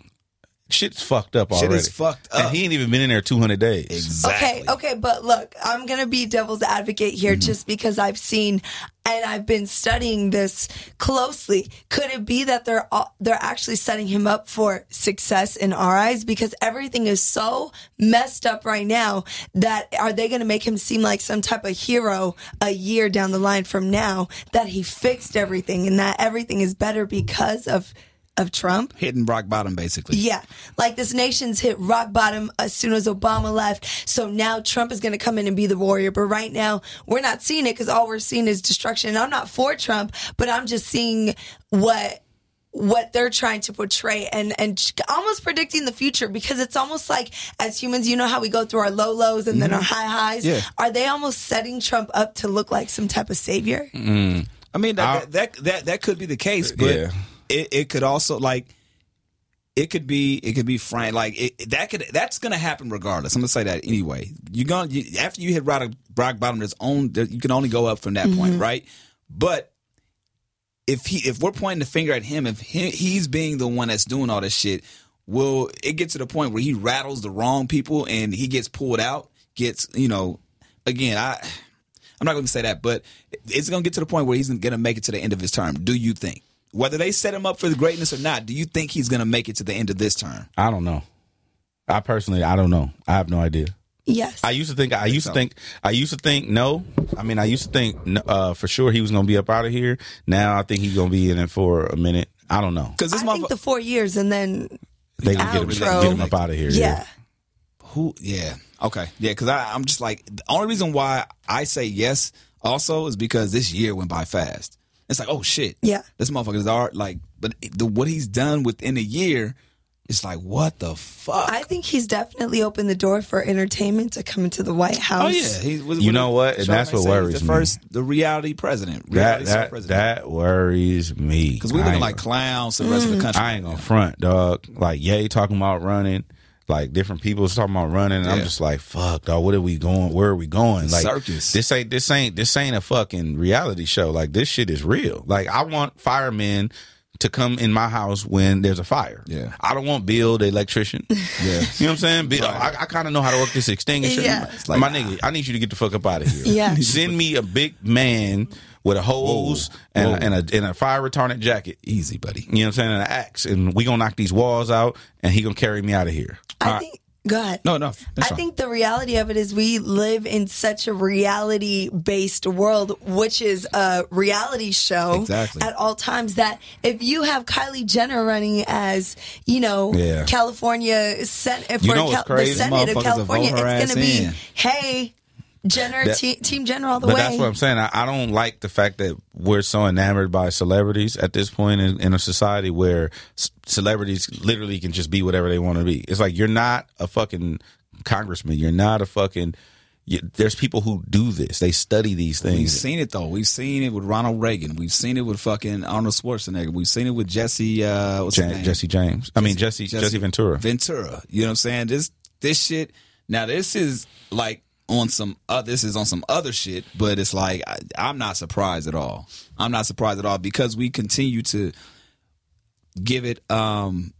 Speaker 4: Shit's fucked up
Speaker 3: Shit
Speaker 4: already.
Speaker 3: is fucked up.
Speaker 4: And he ain't even been in there 200 days.
Speaker 10: Okay, okay, but look, I'm gonna be devil's advocate here just because I've seen and I've been studying this closely. Could it be that they're all, they're actually setting him up for success in our eyes because everything is so messed up right now that are they gonna make him seem like some type of hero a year down the line from now that he fixed everything and that everything is better because of of Trump?
Speaker 3: hitting rock bottom basically.
Speaker 10: Yeah. Like this nation's hit rock bottom as soon as Obama left. So now Trump is going to come in and be the warrior. But right now, we're not seeing it because all we're seeing is destruction. And I'm not for Trump, but I'm just seeing what what they're trying to portray and and almost predicting the future because it's almost like as humans you know how we go through our low lows and then our high highs
Speaker 3: Mm-hmm. Yeah. Mm.
Speaker 10: are they almost setting Trump up to look like some type of savior
Speaker 3: I mean,
Speaker 4: I- Uh,
Speaker 3: that, that that that that could be the case, but
Speaker 4: Yeah.
Speaker 3: it, it could also like it could be it could be frank like it, that could that's gonna happen regardless. I'm gonna say that anyway. You're gonna you, after you hit rock, rock bottom, there's only there, you can only go up from that point, right? But if he if we're pointing the finger at him, if he, he's being the one that's doing all this shit, will it get to the point where he rattles the wrong people and he gets pulled out? Gets you know, again, I I'm not going to say that, but it's going to get to the point where he's going to make it to the end of his term. Do you think? Whether they set him up for the greatness or not, do you think he's going to make it to the end of this term?
Speaker 4: I don't know. I personally, I don't know. I have no idea.
Speaker 10: Yes.
Speaker 4: I used to think. I used to think. I used to think. No, I mean, I used to think no, uh, for sure he was gonna be up out of here. Now I think he's gonna be in it for a minute. I don't know.
Speaker 3: Because this
Speaker 10: I think
Speaker 3: motherfucker,
Speaker 10: the four years and then
Speaker 4: They gonna get him,
Speaker 10: Outro.
Speaker 4: get him up out of here.
Speaker 10: yeah.
Speaker 3: who? Yeah, okay, yeah. Because I'm just like the only reason why I say yes also is because this year went by fast. It's like, oh shit,
Speaker 10: Yeah.
Speaker 3: this motherfucker is art like, but the what he's done within a year, it's like what the fuck.
Speaker 10: I think he's definitely opened the door for entertainment to come into the White
Speaker 3: Oh
Speaker 10: House.
Speaker 3: yeah, he was.
Speaker 4: You know what? And that's
Speaker 3: Charlamagne said
Speaker 4: what
Speaker 3: he's
Speaker 4: worries
Speaker 3: the
Speaker 4: me.
Speaker 3: First, the reality president,
Speaker 4: That
Speaker 3: reality show
Speaker 4: that,
Speaker 3: president.
Speaker 4: that worries me.
Speaker 3: Because we
Speaker 4: I
Speaker 3: looking
Speaker 4: ain't
Speaker 3: like
Speaker 4: gonna-
Speaker 3: clowns to the rest of the
Speaker 10: Mm.
Speaker 3: country.
Speaker 4: I ain't gonna front, dog. Like, yay, talking about running. Like different people's talking about running, and I'm
Speaker 3: Yeah.
Speaker 4: just like, "Fuck, dog! What are we going? Where are we going? Like
Speaker 3: circus.
Speaker 4: this ain't this ain't this ain't a fucking reality show. Like this shit is real. Like I want firemen to come in my house when there's a fire.
Speaker 3: Yeah.
Speaker 4: I don't want Bill the electrician. Yeah, you know what I'm saying? Bill, I, I kind of know how to work this extinguisher.
Speaker 10: Yeah.
Speaker 4: It's like, my nigga, I need you to get the fuck up out of here.
Speaker 10: Yeah.
Speaker 4: send me a big man with a hose and, a- and a and a fire retardant jacket.
Speaker 3: Easy, buddy.
Speaker 4: You know what I'm saying? An axe, and we gonna knock these walls out, and he gonna carry me out of here.
Speaker 10: I think go ahead.
Speaker 3: No, no.
Speaker 10: I
Speaker 3: That's fine.
Speaker 10: think the reality of it is we live in such a reality based world, which is a reality show
Speaker 3: Exactly.
Speaker 10: at all times. That if you have Kylie Jenner running as, you know,
Speaker 4: Yeah.
Speaker 10: California sen- for
Speaker 4: You know what's
Speaker 10: Cal-
Speaker 4: crazy?
Speaker 10: the Senate
Speaker 3: Motherfuckers will
Speaker 10: of California,
Speaker 3: vote
Speaker 10: it's
Speaker 3: her
Speaker 10: going to
Speaker 3: ass
Speaker 10: be,
Speaker 3: in.
Speaker 10: hey, Jenner,
Speaker 4: That-
Speaker 10: te- Team Jenner all the
Speaker 4: But
Speaker 10: way.
Speaker 4: that's what I'm saying. I, I don't like the fact that we're so enamored by celebrities at this point in, in a society where c- celebrities literally can just be whatever they want to be. It's like you're not a fucking congressman. You're not a fucking. You, there's people who do this. They study these
Speaker 3: We've
Speaker 4: things.
Speaker 3: seen it though. We've seen it with Ronald Reagan. We've seen it with fucking Arnold Schwarzenegger. We've seen it with Jesse. Uh, what's his
Speaker 4: Ja-
Speaker 3: name?
Speaker 4: Jesse James. I mean Jesse Jesse, Ventura.
Speaker 3: Ventura. You know what I'm saying? This this shit. Now this is like on some. Uh, this is on some other shit. But it's like I, I'm not surprised at all. I'm not surprised at all because we continue to give it. um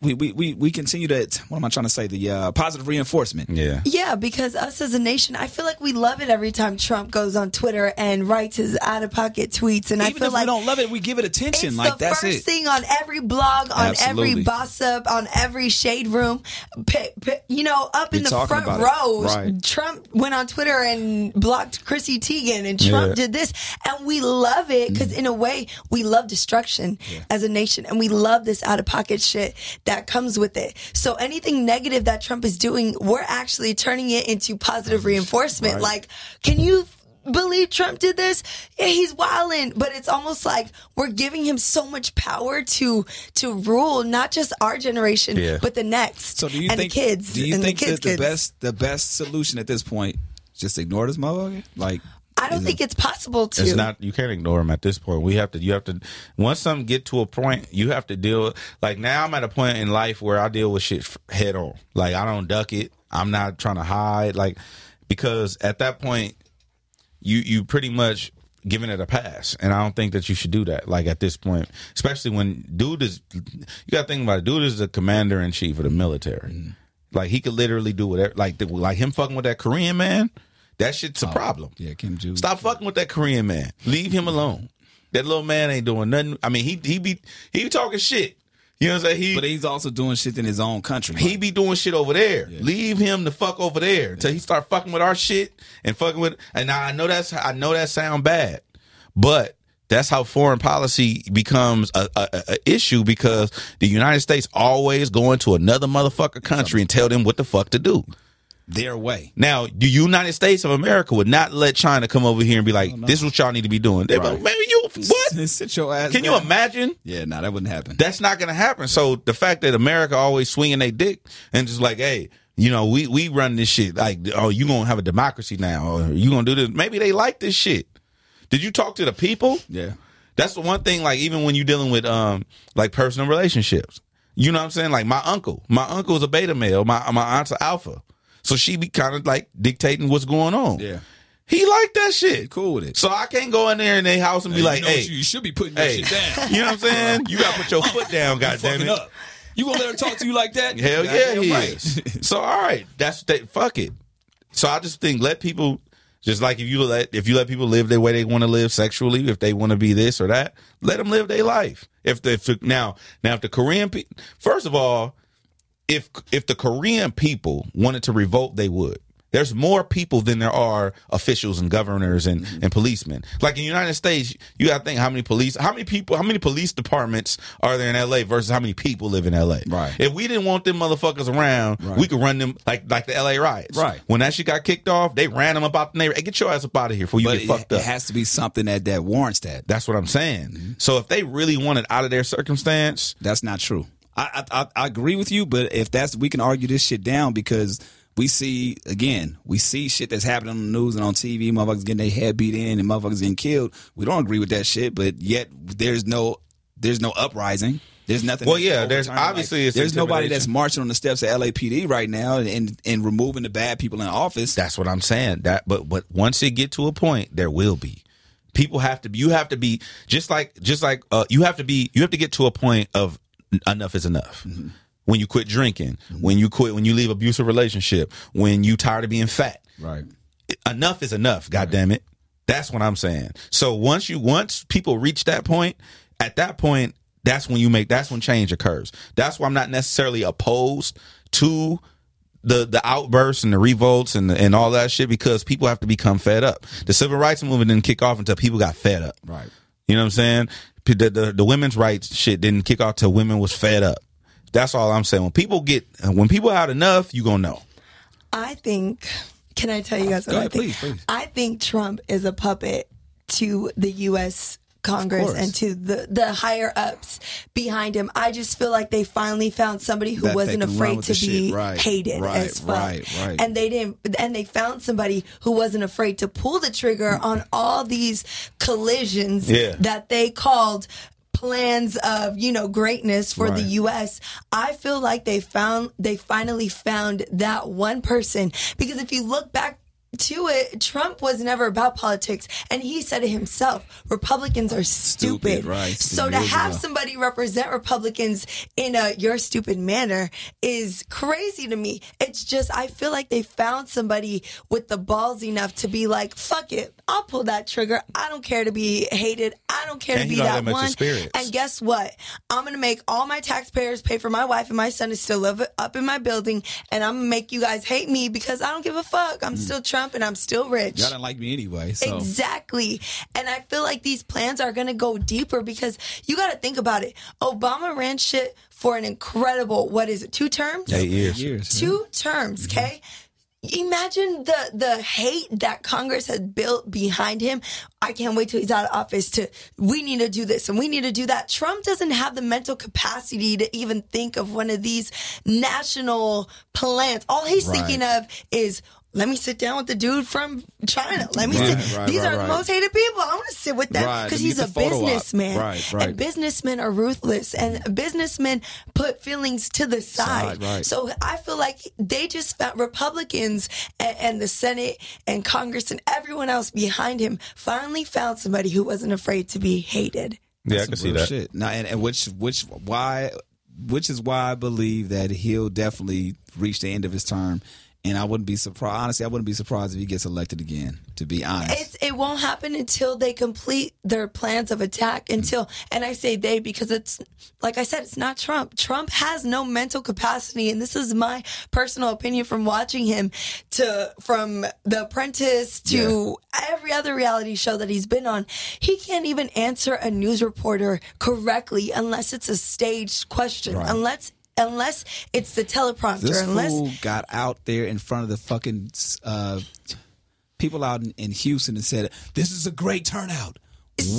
Speaker 3: we, we, we, we continue to what am I trying to say the uh, positive reinforcement
Speaker 4: yeah.
Speaker 10: Yeah, because us as a nation, I feel like we love it every time Trump goes on Twitter and writes his out of pocket tweets. And I
Speaker 3: even
Speaker 10: feel
Speaker 3: if
Speaker 10: like
Speaker 3: we don't love it we give it attention
Speaker 10: It's
Speaker 3: like
Speaker 10: the
Speaker 3: that's
Speaker 10: first
Speaker 3: it
Speaker 10: thing on every blog, on
Speaker 3: Absolutely.
Speaker 10: every boss up, on every shade room. P- p- you know, up in
Speaker 3: You're
Speaker 10: the
Speaker 3: talking
Speaker 10: front
Speaker 3: about it.
Speaker 10: row,
Speaker 3: Right.
Speaker 10: Trump went on Twitter and blocked Chrissy Teigen, and Trump did this, and we love it because
Speaker 3: Mm.
Speaker 10: in a way we love destruction as a nation, and we love this out of pocket shit that comes with it. So anything negative that Trump is doing, we're actually turning it into positive reinforcement. Like, can you? believe Trump did this. Yeah, he's wilding, but it's almost like we're giving him so much power to to rule not just our generation,
Speaker 4: Yeah.
Speaker 10: but the next.
Speaker 3: So do you
Speaker 10: and
Speaker 3: think
Speaker 10: the kids?
Speaker 3: Do you
Speaker 10: and
Speaker 3: think
Speaker 10: the kids,
Speaker 3: that the
Speaker 10: kids.
Speaker 3: best the best solution at this point is just ignore this motherfucker? Like
Speaker 10: I don't think it's possible to.
Speaker 4: It's not you can't ignore him at this point. We have to you have to once some get to a point, you have to deal like now I'm at a point in life where I deal with shit f- head on. Like I don't duck it. I'm not trying to hide like because at that point you you pretty much giving it a pass and i don't think that you should do that like at this point especially when dude is you gotta think about it dude is the commander-in-chief of the military like he could literally do whatever like the, like him fucking with that korean man that shit's a problem
Speaker 3: yeah, Kim Joo.
Speaker 4: Stop fucking with that Korean man. Leave him alone. That little man ain't doing nothing. I mean, he he be he be talking shit. You know what I'm saying? He
Speaker 3: But he's also doing shit in his own country.
Speaker 4: he be doing shit over there. Leave him the fuck over there till he start fucking with our shit and fucking with. And I know that's I know that sound bad, but that's how foreign policy becomes a, a, a- a issue because the United States always go into another motherfucker country and tell them what the fuck to do.
Speaker 3: their way.
Speaker 4: Now, the United States of America would not let China come over here and be like, "This is what y'all need to be doing." They'd be like,
Speaker 3: Right.
Speaker 4: Maybe you what?
Speaker 3: Sit your ass.
Speaker 4: Can you
Speaker 3: down.
Speaker 4: imagine?
Speaker 3: Yeah, no, that wouldn't happen.
Speaker 4: That's not going to happen. So the fact that America always swinging their dick and just like, hey, you know, we we run this shit. Like, oh, you gonna have a democracy now? Or you gonna do this? Maybe they like this shit. Did you talk to the people?
Speaker 3: Yeah.
Speaker 4: That's the one thing, like, even when you're dealing with um like personal relationships. You know what I'm saying? Like my uncle. My uncle's a beta male. My my aunt's an alpha. So she be kind of like dictating what's going on.
Speaker 3: Yeah.
Speaker 4: He liked that shit.
Speaker 3: Cool with it.
Speaker 4: So I can't go in there in their house and be
Speaker 11: You
Speaker 4: like,
Speaker 11: know
Speaker 4: hey,
Speaker 11: what you, you should be putting that
Speaker 4: hey.
Speaker 11: shit down.
Speaker 4: You know what I'm saying? You gotta put your foot down,
Speaker 11: Fucking
Speaker 4: goddammit.
Speaker 11: up. You gonna let her talk to you like that?
Speaker 4: Hell yeah,
Speaker 11: Goddamn
Speaker 4: he
Speaker 11: right.
Speaker 4: is. so all right, that's that. Fuck it. So I just think let people, just like if you let if you let people live the way they want to live sexually, if they want to be this or that, let them live their life. If the if the- now now if the Korean pe- first of all, if if the Korean people wanted to revolt, they would. There's more people than there are officials and governors and,
Speaker 3: Mm-hmm.
Speaker 4: and policemen. Like in the United States, you got to think how many police, how many people, how many police departments are there in LA versus how many people live in LA.
Speaker 3: Right.
Speaker 4: If we didn't want them motherfuckers around,
Speaker 3: Right.
Speaker 4: we could run them like like the LA riots.
Speaker 3: Right.
Speaker 4: When that shit got kicked off, they ran them up out the neighborhood. Hey, get your ass up out of here before you
Speaker 3: But
Speaker 4: get
Speaker 3: it,
Speaker 4: fucked up.
Speaker 3: it Mm-hmm. has to be something that that warrants that.
Speaker 4: That's what I'm saying. So if they really wanted out of their circumstance,
Speaker 3: That's not true. I, I I- I agree with you, but if that's we can argue this shit down because we see again we see shit that's happening on the news and on TV, motherfuckers getting their head beat in and motherfuckers getting killed. We don't agree with that shit, but yet there's no there's no uprising. There's nothing.
Speaker 4: Well,
Speaker 3: that's
Speaker 4: yeah, there's-
Speaker 3: overturning, like,
Speaker 4: obviously it's
Speaker 3: there's nobody
Speaker 4: intimidation.
Speaker 3: that's marching on the steps of LAPD right now and, and and removing the bad people in office.
Speaker 4: That's what I'm saying. That but but once it get to a point, there will be. People have to be you have to be just like just like uh, you have to be you have to get to a point of enough is enough. When you quit drinking, when you quit when you leave abusive relationship, when you tired of being fat.
Speaker 3: right.
Speaker 4: Enough is enough, god damn it. That's what I'm saying. So once you once people reach that point, at that point, that's when you make that's when change occurs. That's why I'm not necessarily opposed to the the outbursts and the revolts and and all that shit because people have to become fed up. The civil rights movement didn't kick off until people got fed up.
Speaker 3: Right.
Speaker 4: You know what I'm saying? P- The, the, the women's rights shit didn't kick off till women was fed up. That's all I'm saying. When people get when people out enough, you gonna know.
Speaker 10: I think. Can I tell you guys what
Speaker 3: Go
Speaker 10: I
Speaker 3: ahead,
Speaker 10: think?
Speaker 3: please, please.
Speaker 10: I think Trump is a puppet to the U.S. Congress
Speaker 3: course.
Speaker 10: and to the the higher ups behind him. I just feel like they finally found somebody who
Speaker 3: That they
Speaker 10: wasn't
Speaker 3: can run
Speaker 10: afraid
Speaker 3: with
Speaker 10: to
Speaker 3: the
Speaker 10: be
Speaker 3: shit. Right,
Speaker 10: hated
Speaker 3: right,
Speaker 10: as fuck.
Speaker 3: right, right.
Speaker 10: And they didn't. And they found somebody who wasn't afraid to pull the trigger on all these collisions
Speaker 4: Yeah.
Speaker 10: that they called plans of you know greatness for the
Speaker 3: Right.
Speaker 10: US I feel like they found they finally found that one person because if you look back to it Trump was never about politics and he said it himself Republicans are stupid,
Speaker 3: Stupid, right,
Speaker 10: so to
Speaker 3: years
Speaker 10: have
Speaker 3: ago.
Speaker 10: somebody represent Republicans in a your stupid manner is crazy to me it's just I feel like they found somebody with the balls enough to be like fuck it I'll pull that trigger I don't care to be hated I don't care
Speaker 4: And
Speaker 10: to
Speaker 4: he
Speaker 10: be
Speaker 4: don't
Speaker 10: that
Speaker 4: have much
Speaker 10: one
Speaker 4: experience.
Speaker 10: and guess what? I'm gonna make all my taxpayers pay for my wife and my son to still live up in my building, and I'm gonna make you guys hate me because I don't give a fuck. I'm still Trump and I'm still rich.
Speaker 3: Y'all didn't like me anyway. So
Speaker 10: Exactly. And I feel like these plans are going to go deeper because you got to think about it. Obama ran shit for an incredible, what is it, two terms?
Speaker 4: Eight years.
Speaker 3: years.
Speaker 10: Two terms,
Speaker 3: Mm-hmm.
Speaker 10: okay? Imagine the the hate that Congress has built behind him. I can't wait till he's out of office to we need to do this and we need to do that. Trump doesn't have the mental capacity to even think of one of these national plans. All he's
Speaker 3: Right.
Speaker 10: thinking of is let me sit down with the dude from China. Let me
Speaker 3: Right,
Speaker 10: sit.
Speaker 3: right,
Speaker 10: these
Speaker 3: right,
Speaker 10: are
Speaker 3: right.
Speaker 10: the most hated people. I want to sit with them
Speaker 3: Right,
Speaker 10: because
Speaker 3: let me
Speaker 10: he's
Speaker 3: get
Speaker 10: a
Speaker 3: the photo op.
Speaker 10: businessman.
Speaker 3: Right, right.
Speaker 10: And businessmen are ruthless, and businessmen put feelings to the side.
Speaker 3: Side, right.
Speaker 10: So I feel like they just found Republicans and, and the Senate and Congress and everyone else behind him finally found somebody who wasn't afraid to be hated.
Speaker 4: Yeah, I
Speaker 3: That's some
Speaker 4: can see
Speaker 3: real
Speaker 4: that.
Speaker 3: Shit. Now, and, and which which why which is why I believe that he'll definitely reach the end of his term. And I wouldn't be surprised. Honestly, I wouldn't be surprised if he gets elected again. To be honest,
Speaker 10: It's, it won't happen until they complete their plans of attack. Until, and I say they because it's, like I said, it's not Trump. Trump has no mental capacity, and this is my personal opinion from watching him to from The Apprentice to every other reality show that he's been on. He can't even answer a news reporter correctly unless it's a staged question.
Speaker 3: Right.
Speaker 10: Unless. Unless it's the teleprompter,
Speaker 3: this
Speaker 10: unless
Speaker 3: fool got out there in front of the fucking uh, people out in, in Houston and said, "This is a great turnout."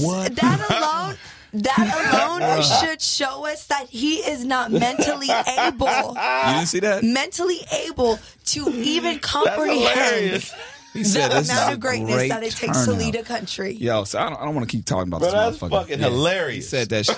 Speaker 3: What? Uh.
Speaker 10: That alone. That alone should show us that he is not mentally able,
Speaker 3: you didn't see that?
Speaker 10: mentally able to even comprehend
Speaker 4: hilarious.
Speaker 3: He said
Speaker 10: the
Speaker 3: this is
Speaker 10: amount
Speaker 3: a
Speaker 10: of greatness
Speaker 3: great
Speaker 10: that it
Speaker 3: turnout.
Speaker 10: takes to lead a country.
Speaker 3: Yo, so I don't, I don't want to keep talking about
Speaker 4: Bro,
Speaker 3: this
Speaker 4: that's
Speaker 3: motherfucker.
Speaker 4: fucking hilarious.
Speaker 3: He said that shit.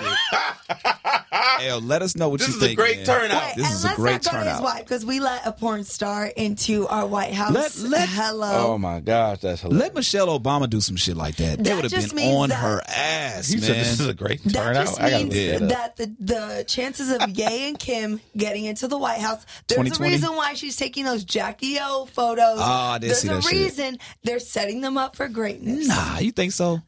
Speaker 3: Yo, let us know what
Speaker 4: This
Speaker 3: you
Speaker 4: is a
Speaker 3: think.
Speaker 4: great
Speaker 3: man.
Speaker 4: turnout.
Speaker 3: This
Speaker 10: and
Speaker 3: is a
Speaker 10: let's
Speaker 3: great
Speaker 10: not go to his
Speaker 3: turnout.
Speaker 10: wife because we let a porn star into our White House.
Speaker 3: Let- let-
Speaker 10: Hello.
Speaker 4: Oh my gosh, that's
Speaker 3: Let Michelle Obama do some shit like that. They
Speaker 10: That
Speaker 3: would have
Speaker 10: just
Speaker 3: been
Speaker 10: means
Speaker 3: on
Speaker 10: that-
Speaker 3: her ass,
Speaker 4: He
Speaker 3: man.
Speaker 4: said this is a great
Speaker 10: that
Speaker 4: turnout.
Speaker 10: just
Speaker 4: I gotta
Speaker 10: means
Speaker 4: look that up.
Speaker 10: that the, the chances of Ye and Kim getting into the White House, there's a
Speaker 3: 2020?
Speaker 10: reason why she's taking those Jackie O photos.
Speaker 3: Oh, I did
Speaker 10: there's
Speaker 3: see
Speaker 10: a
Speaker 3: that shit.
Speaker 10: reason they're setting them up for greatness.
Speaker 3: Nah, you think so?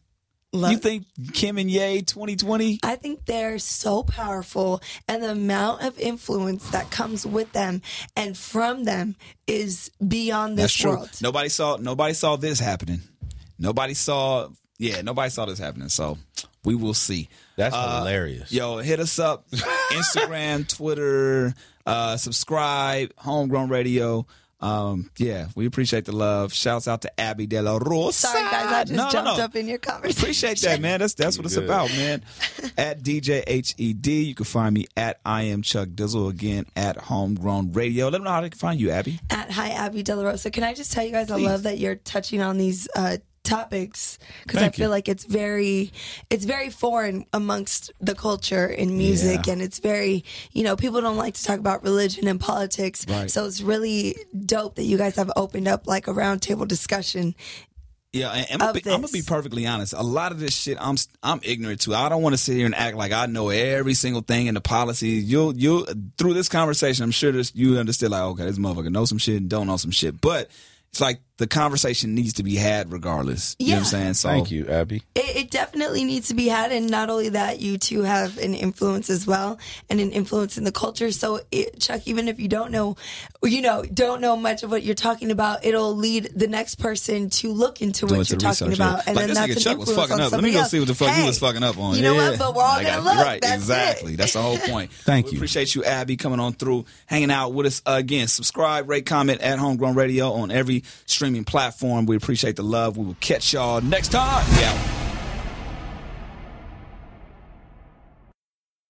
Speaker 10: Look.
Speaker 3: You think Kim and Ye 2020?
Speaker 10: I think they're so powerful, and the amount of influence that comes with them and from them is beyond this
Speaker 3: That's true.
Speaker 10: world.
Speaker 3: Nobody saw nobody saw this happening. Nobody saw yeah, nobody saw this happening. So we will see.
Speaker 4: That's
Speaker 3: Uh,
Speaker 4: hilarious.
Speaker 3: Yo, hit us up. Instagram, Twitter, uh, subscribe, homegrown radio. Um, yeah, we appreciate the love. Shouts out to Abby De La Rosa.
Speaker 10: Sorry, guys, I just
Speaker 3: No, no,
Speaker 10: jumped
Speaker 3: no.
Speaker 10: up in your conversation.
Speaker 3: Appreciate that, man. That's that's what it's
Speaker 4: Good.
Speaker 3: about, man. At DJ HED, E you can find me at I am Chuck Dizzle again at Homegrown Radio. Let them know how they can find you, Abby.
Speaker 10: at Hi Abby De La Rosa. Can I just tell you guys, I love that you're touching on these uh, topics because I
Speaker 3: Thank
Speaker 10: feel
Speaker 3: you.
Speaker 10: like it's very, it's very foreign amongst the culture in music,
Speaker 3: Yeah.
Speaker 10: and it's very, you know, people don't like to talk about religion and politics.
Speaker 3: Right.
Speaker 10: So it's really dope that you guys have opened up like a roundtable discussion.
Speaker 3: Yeah, and, and I'm,
Speaker 10: of
Speaker 3: gonna be, I'm gonna be
Speaker 10: this.
Speaker 3: perfectly honest. A lot of this shit, I'm I'm ignorant to. I don't want to sit here and act like I know every single thing in the policies. You'll you through this conversation, I'm sure this, you understood. Like, okay, this motherfucker knows some shit and don't know some shit, but it's like the conversation needs to be had regardless. You know what I'm
Speaker 10: Yeah.
Speaker 3: saying? So
Speaker 4: Thank you, Abby.
Speaker 10: It, it definitely needs to be had, and not only that, you two have an influence as well, and an influence in the culture. So, it, Chuck, even if you don't know, you know, don't know much of what you're talking about, it'll lead the next person to look into
Speaker 3: Doing
Speaker 10: what
Speaker 3: some
Speaker 10: you're talking
Speaker 3: research, yeah.
Speaker 10: about, and
Speaker 3: Like,
Speaker 10: then
Speaker 3: this
Speaker 10: that's
Speaker 3: nigga
Speaker 10: an
Speaker 3: Chuck was
Speaker 10: influence
Speaker 3: fucking
Speaker 10: on
Speaker 3: up. Let me
Speaker 10: somebody
Speaker 3: go
Speaker 10: else.
Speaker 3: see what the fuck
Speaker 10: hey,
Speaker 3: you was fucking up on.
Speaker 10: You know
Speaker 3: Yeah.
Speaker 10: what? But we're all
Speaker 3: I got
Speaker 10: gonna
Speaker 3: you.
Speaker 10: look.
Speaker 3: Right,
Speaker 10: That's
Speaker 3: exactly.
Speaker 10: It.
Speaker 3: That's the whole point.
Speaker 4: Thank
Speaker 3: we
Speaker 4: you.
Speaker 3: Appreciate you, Abby, coming on through, hanging out with us again. Subscribe, rate, comment at Homegrown Radio on every streaming platform. We appreciate the love. We will catch y'all next time. Yeah.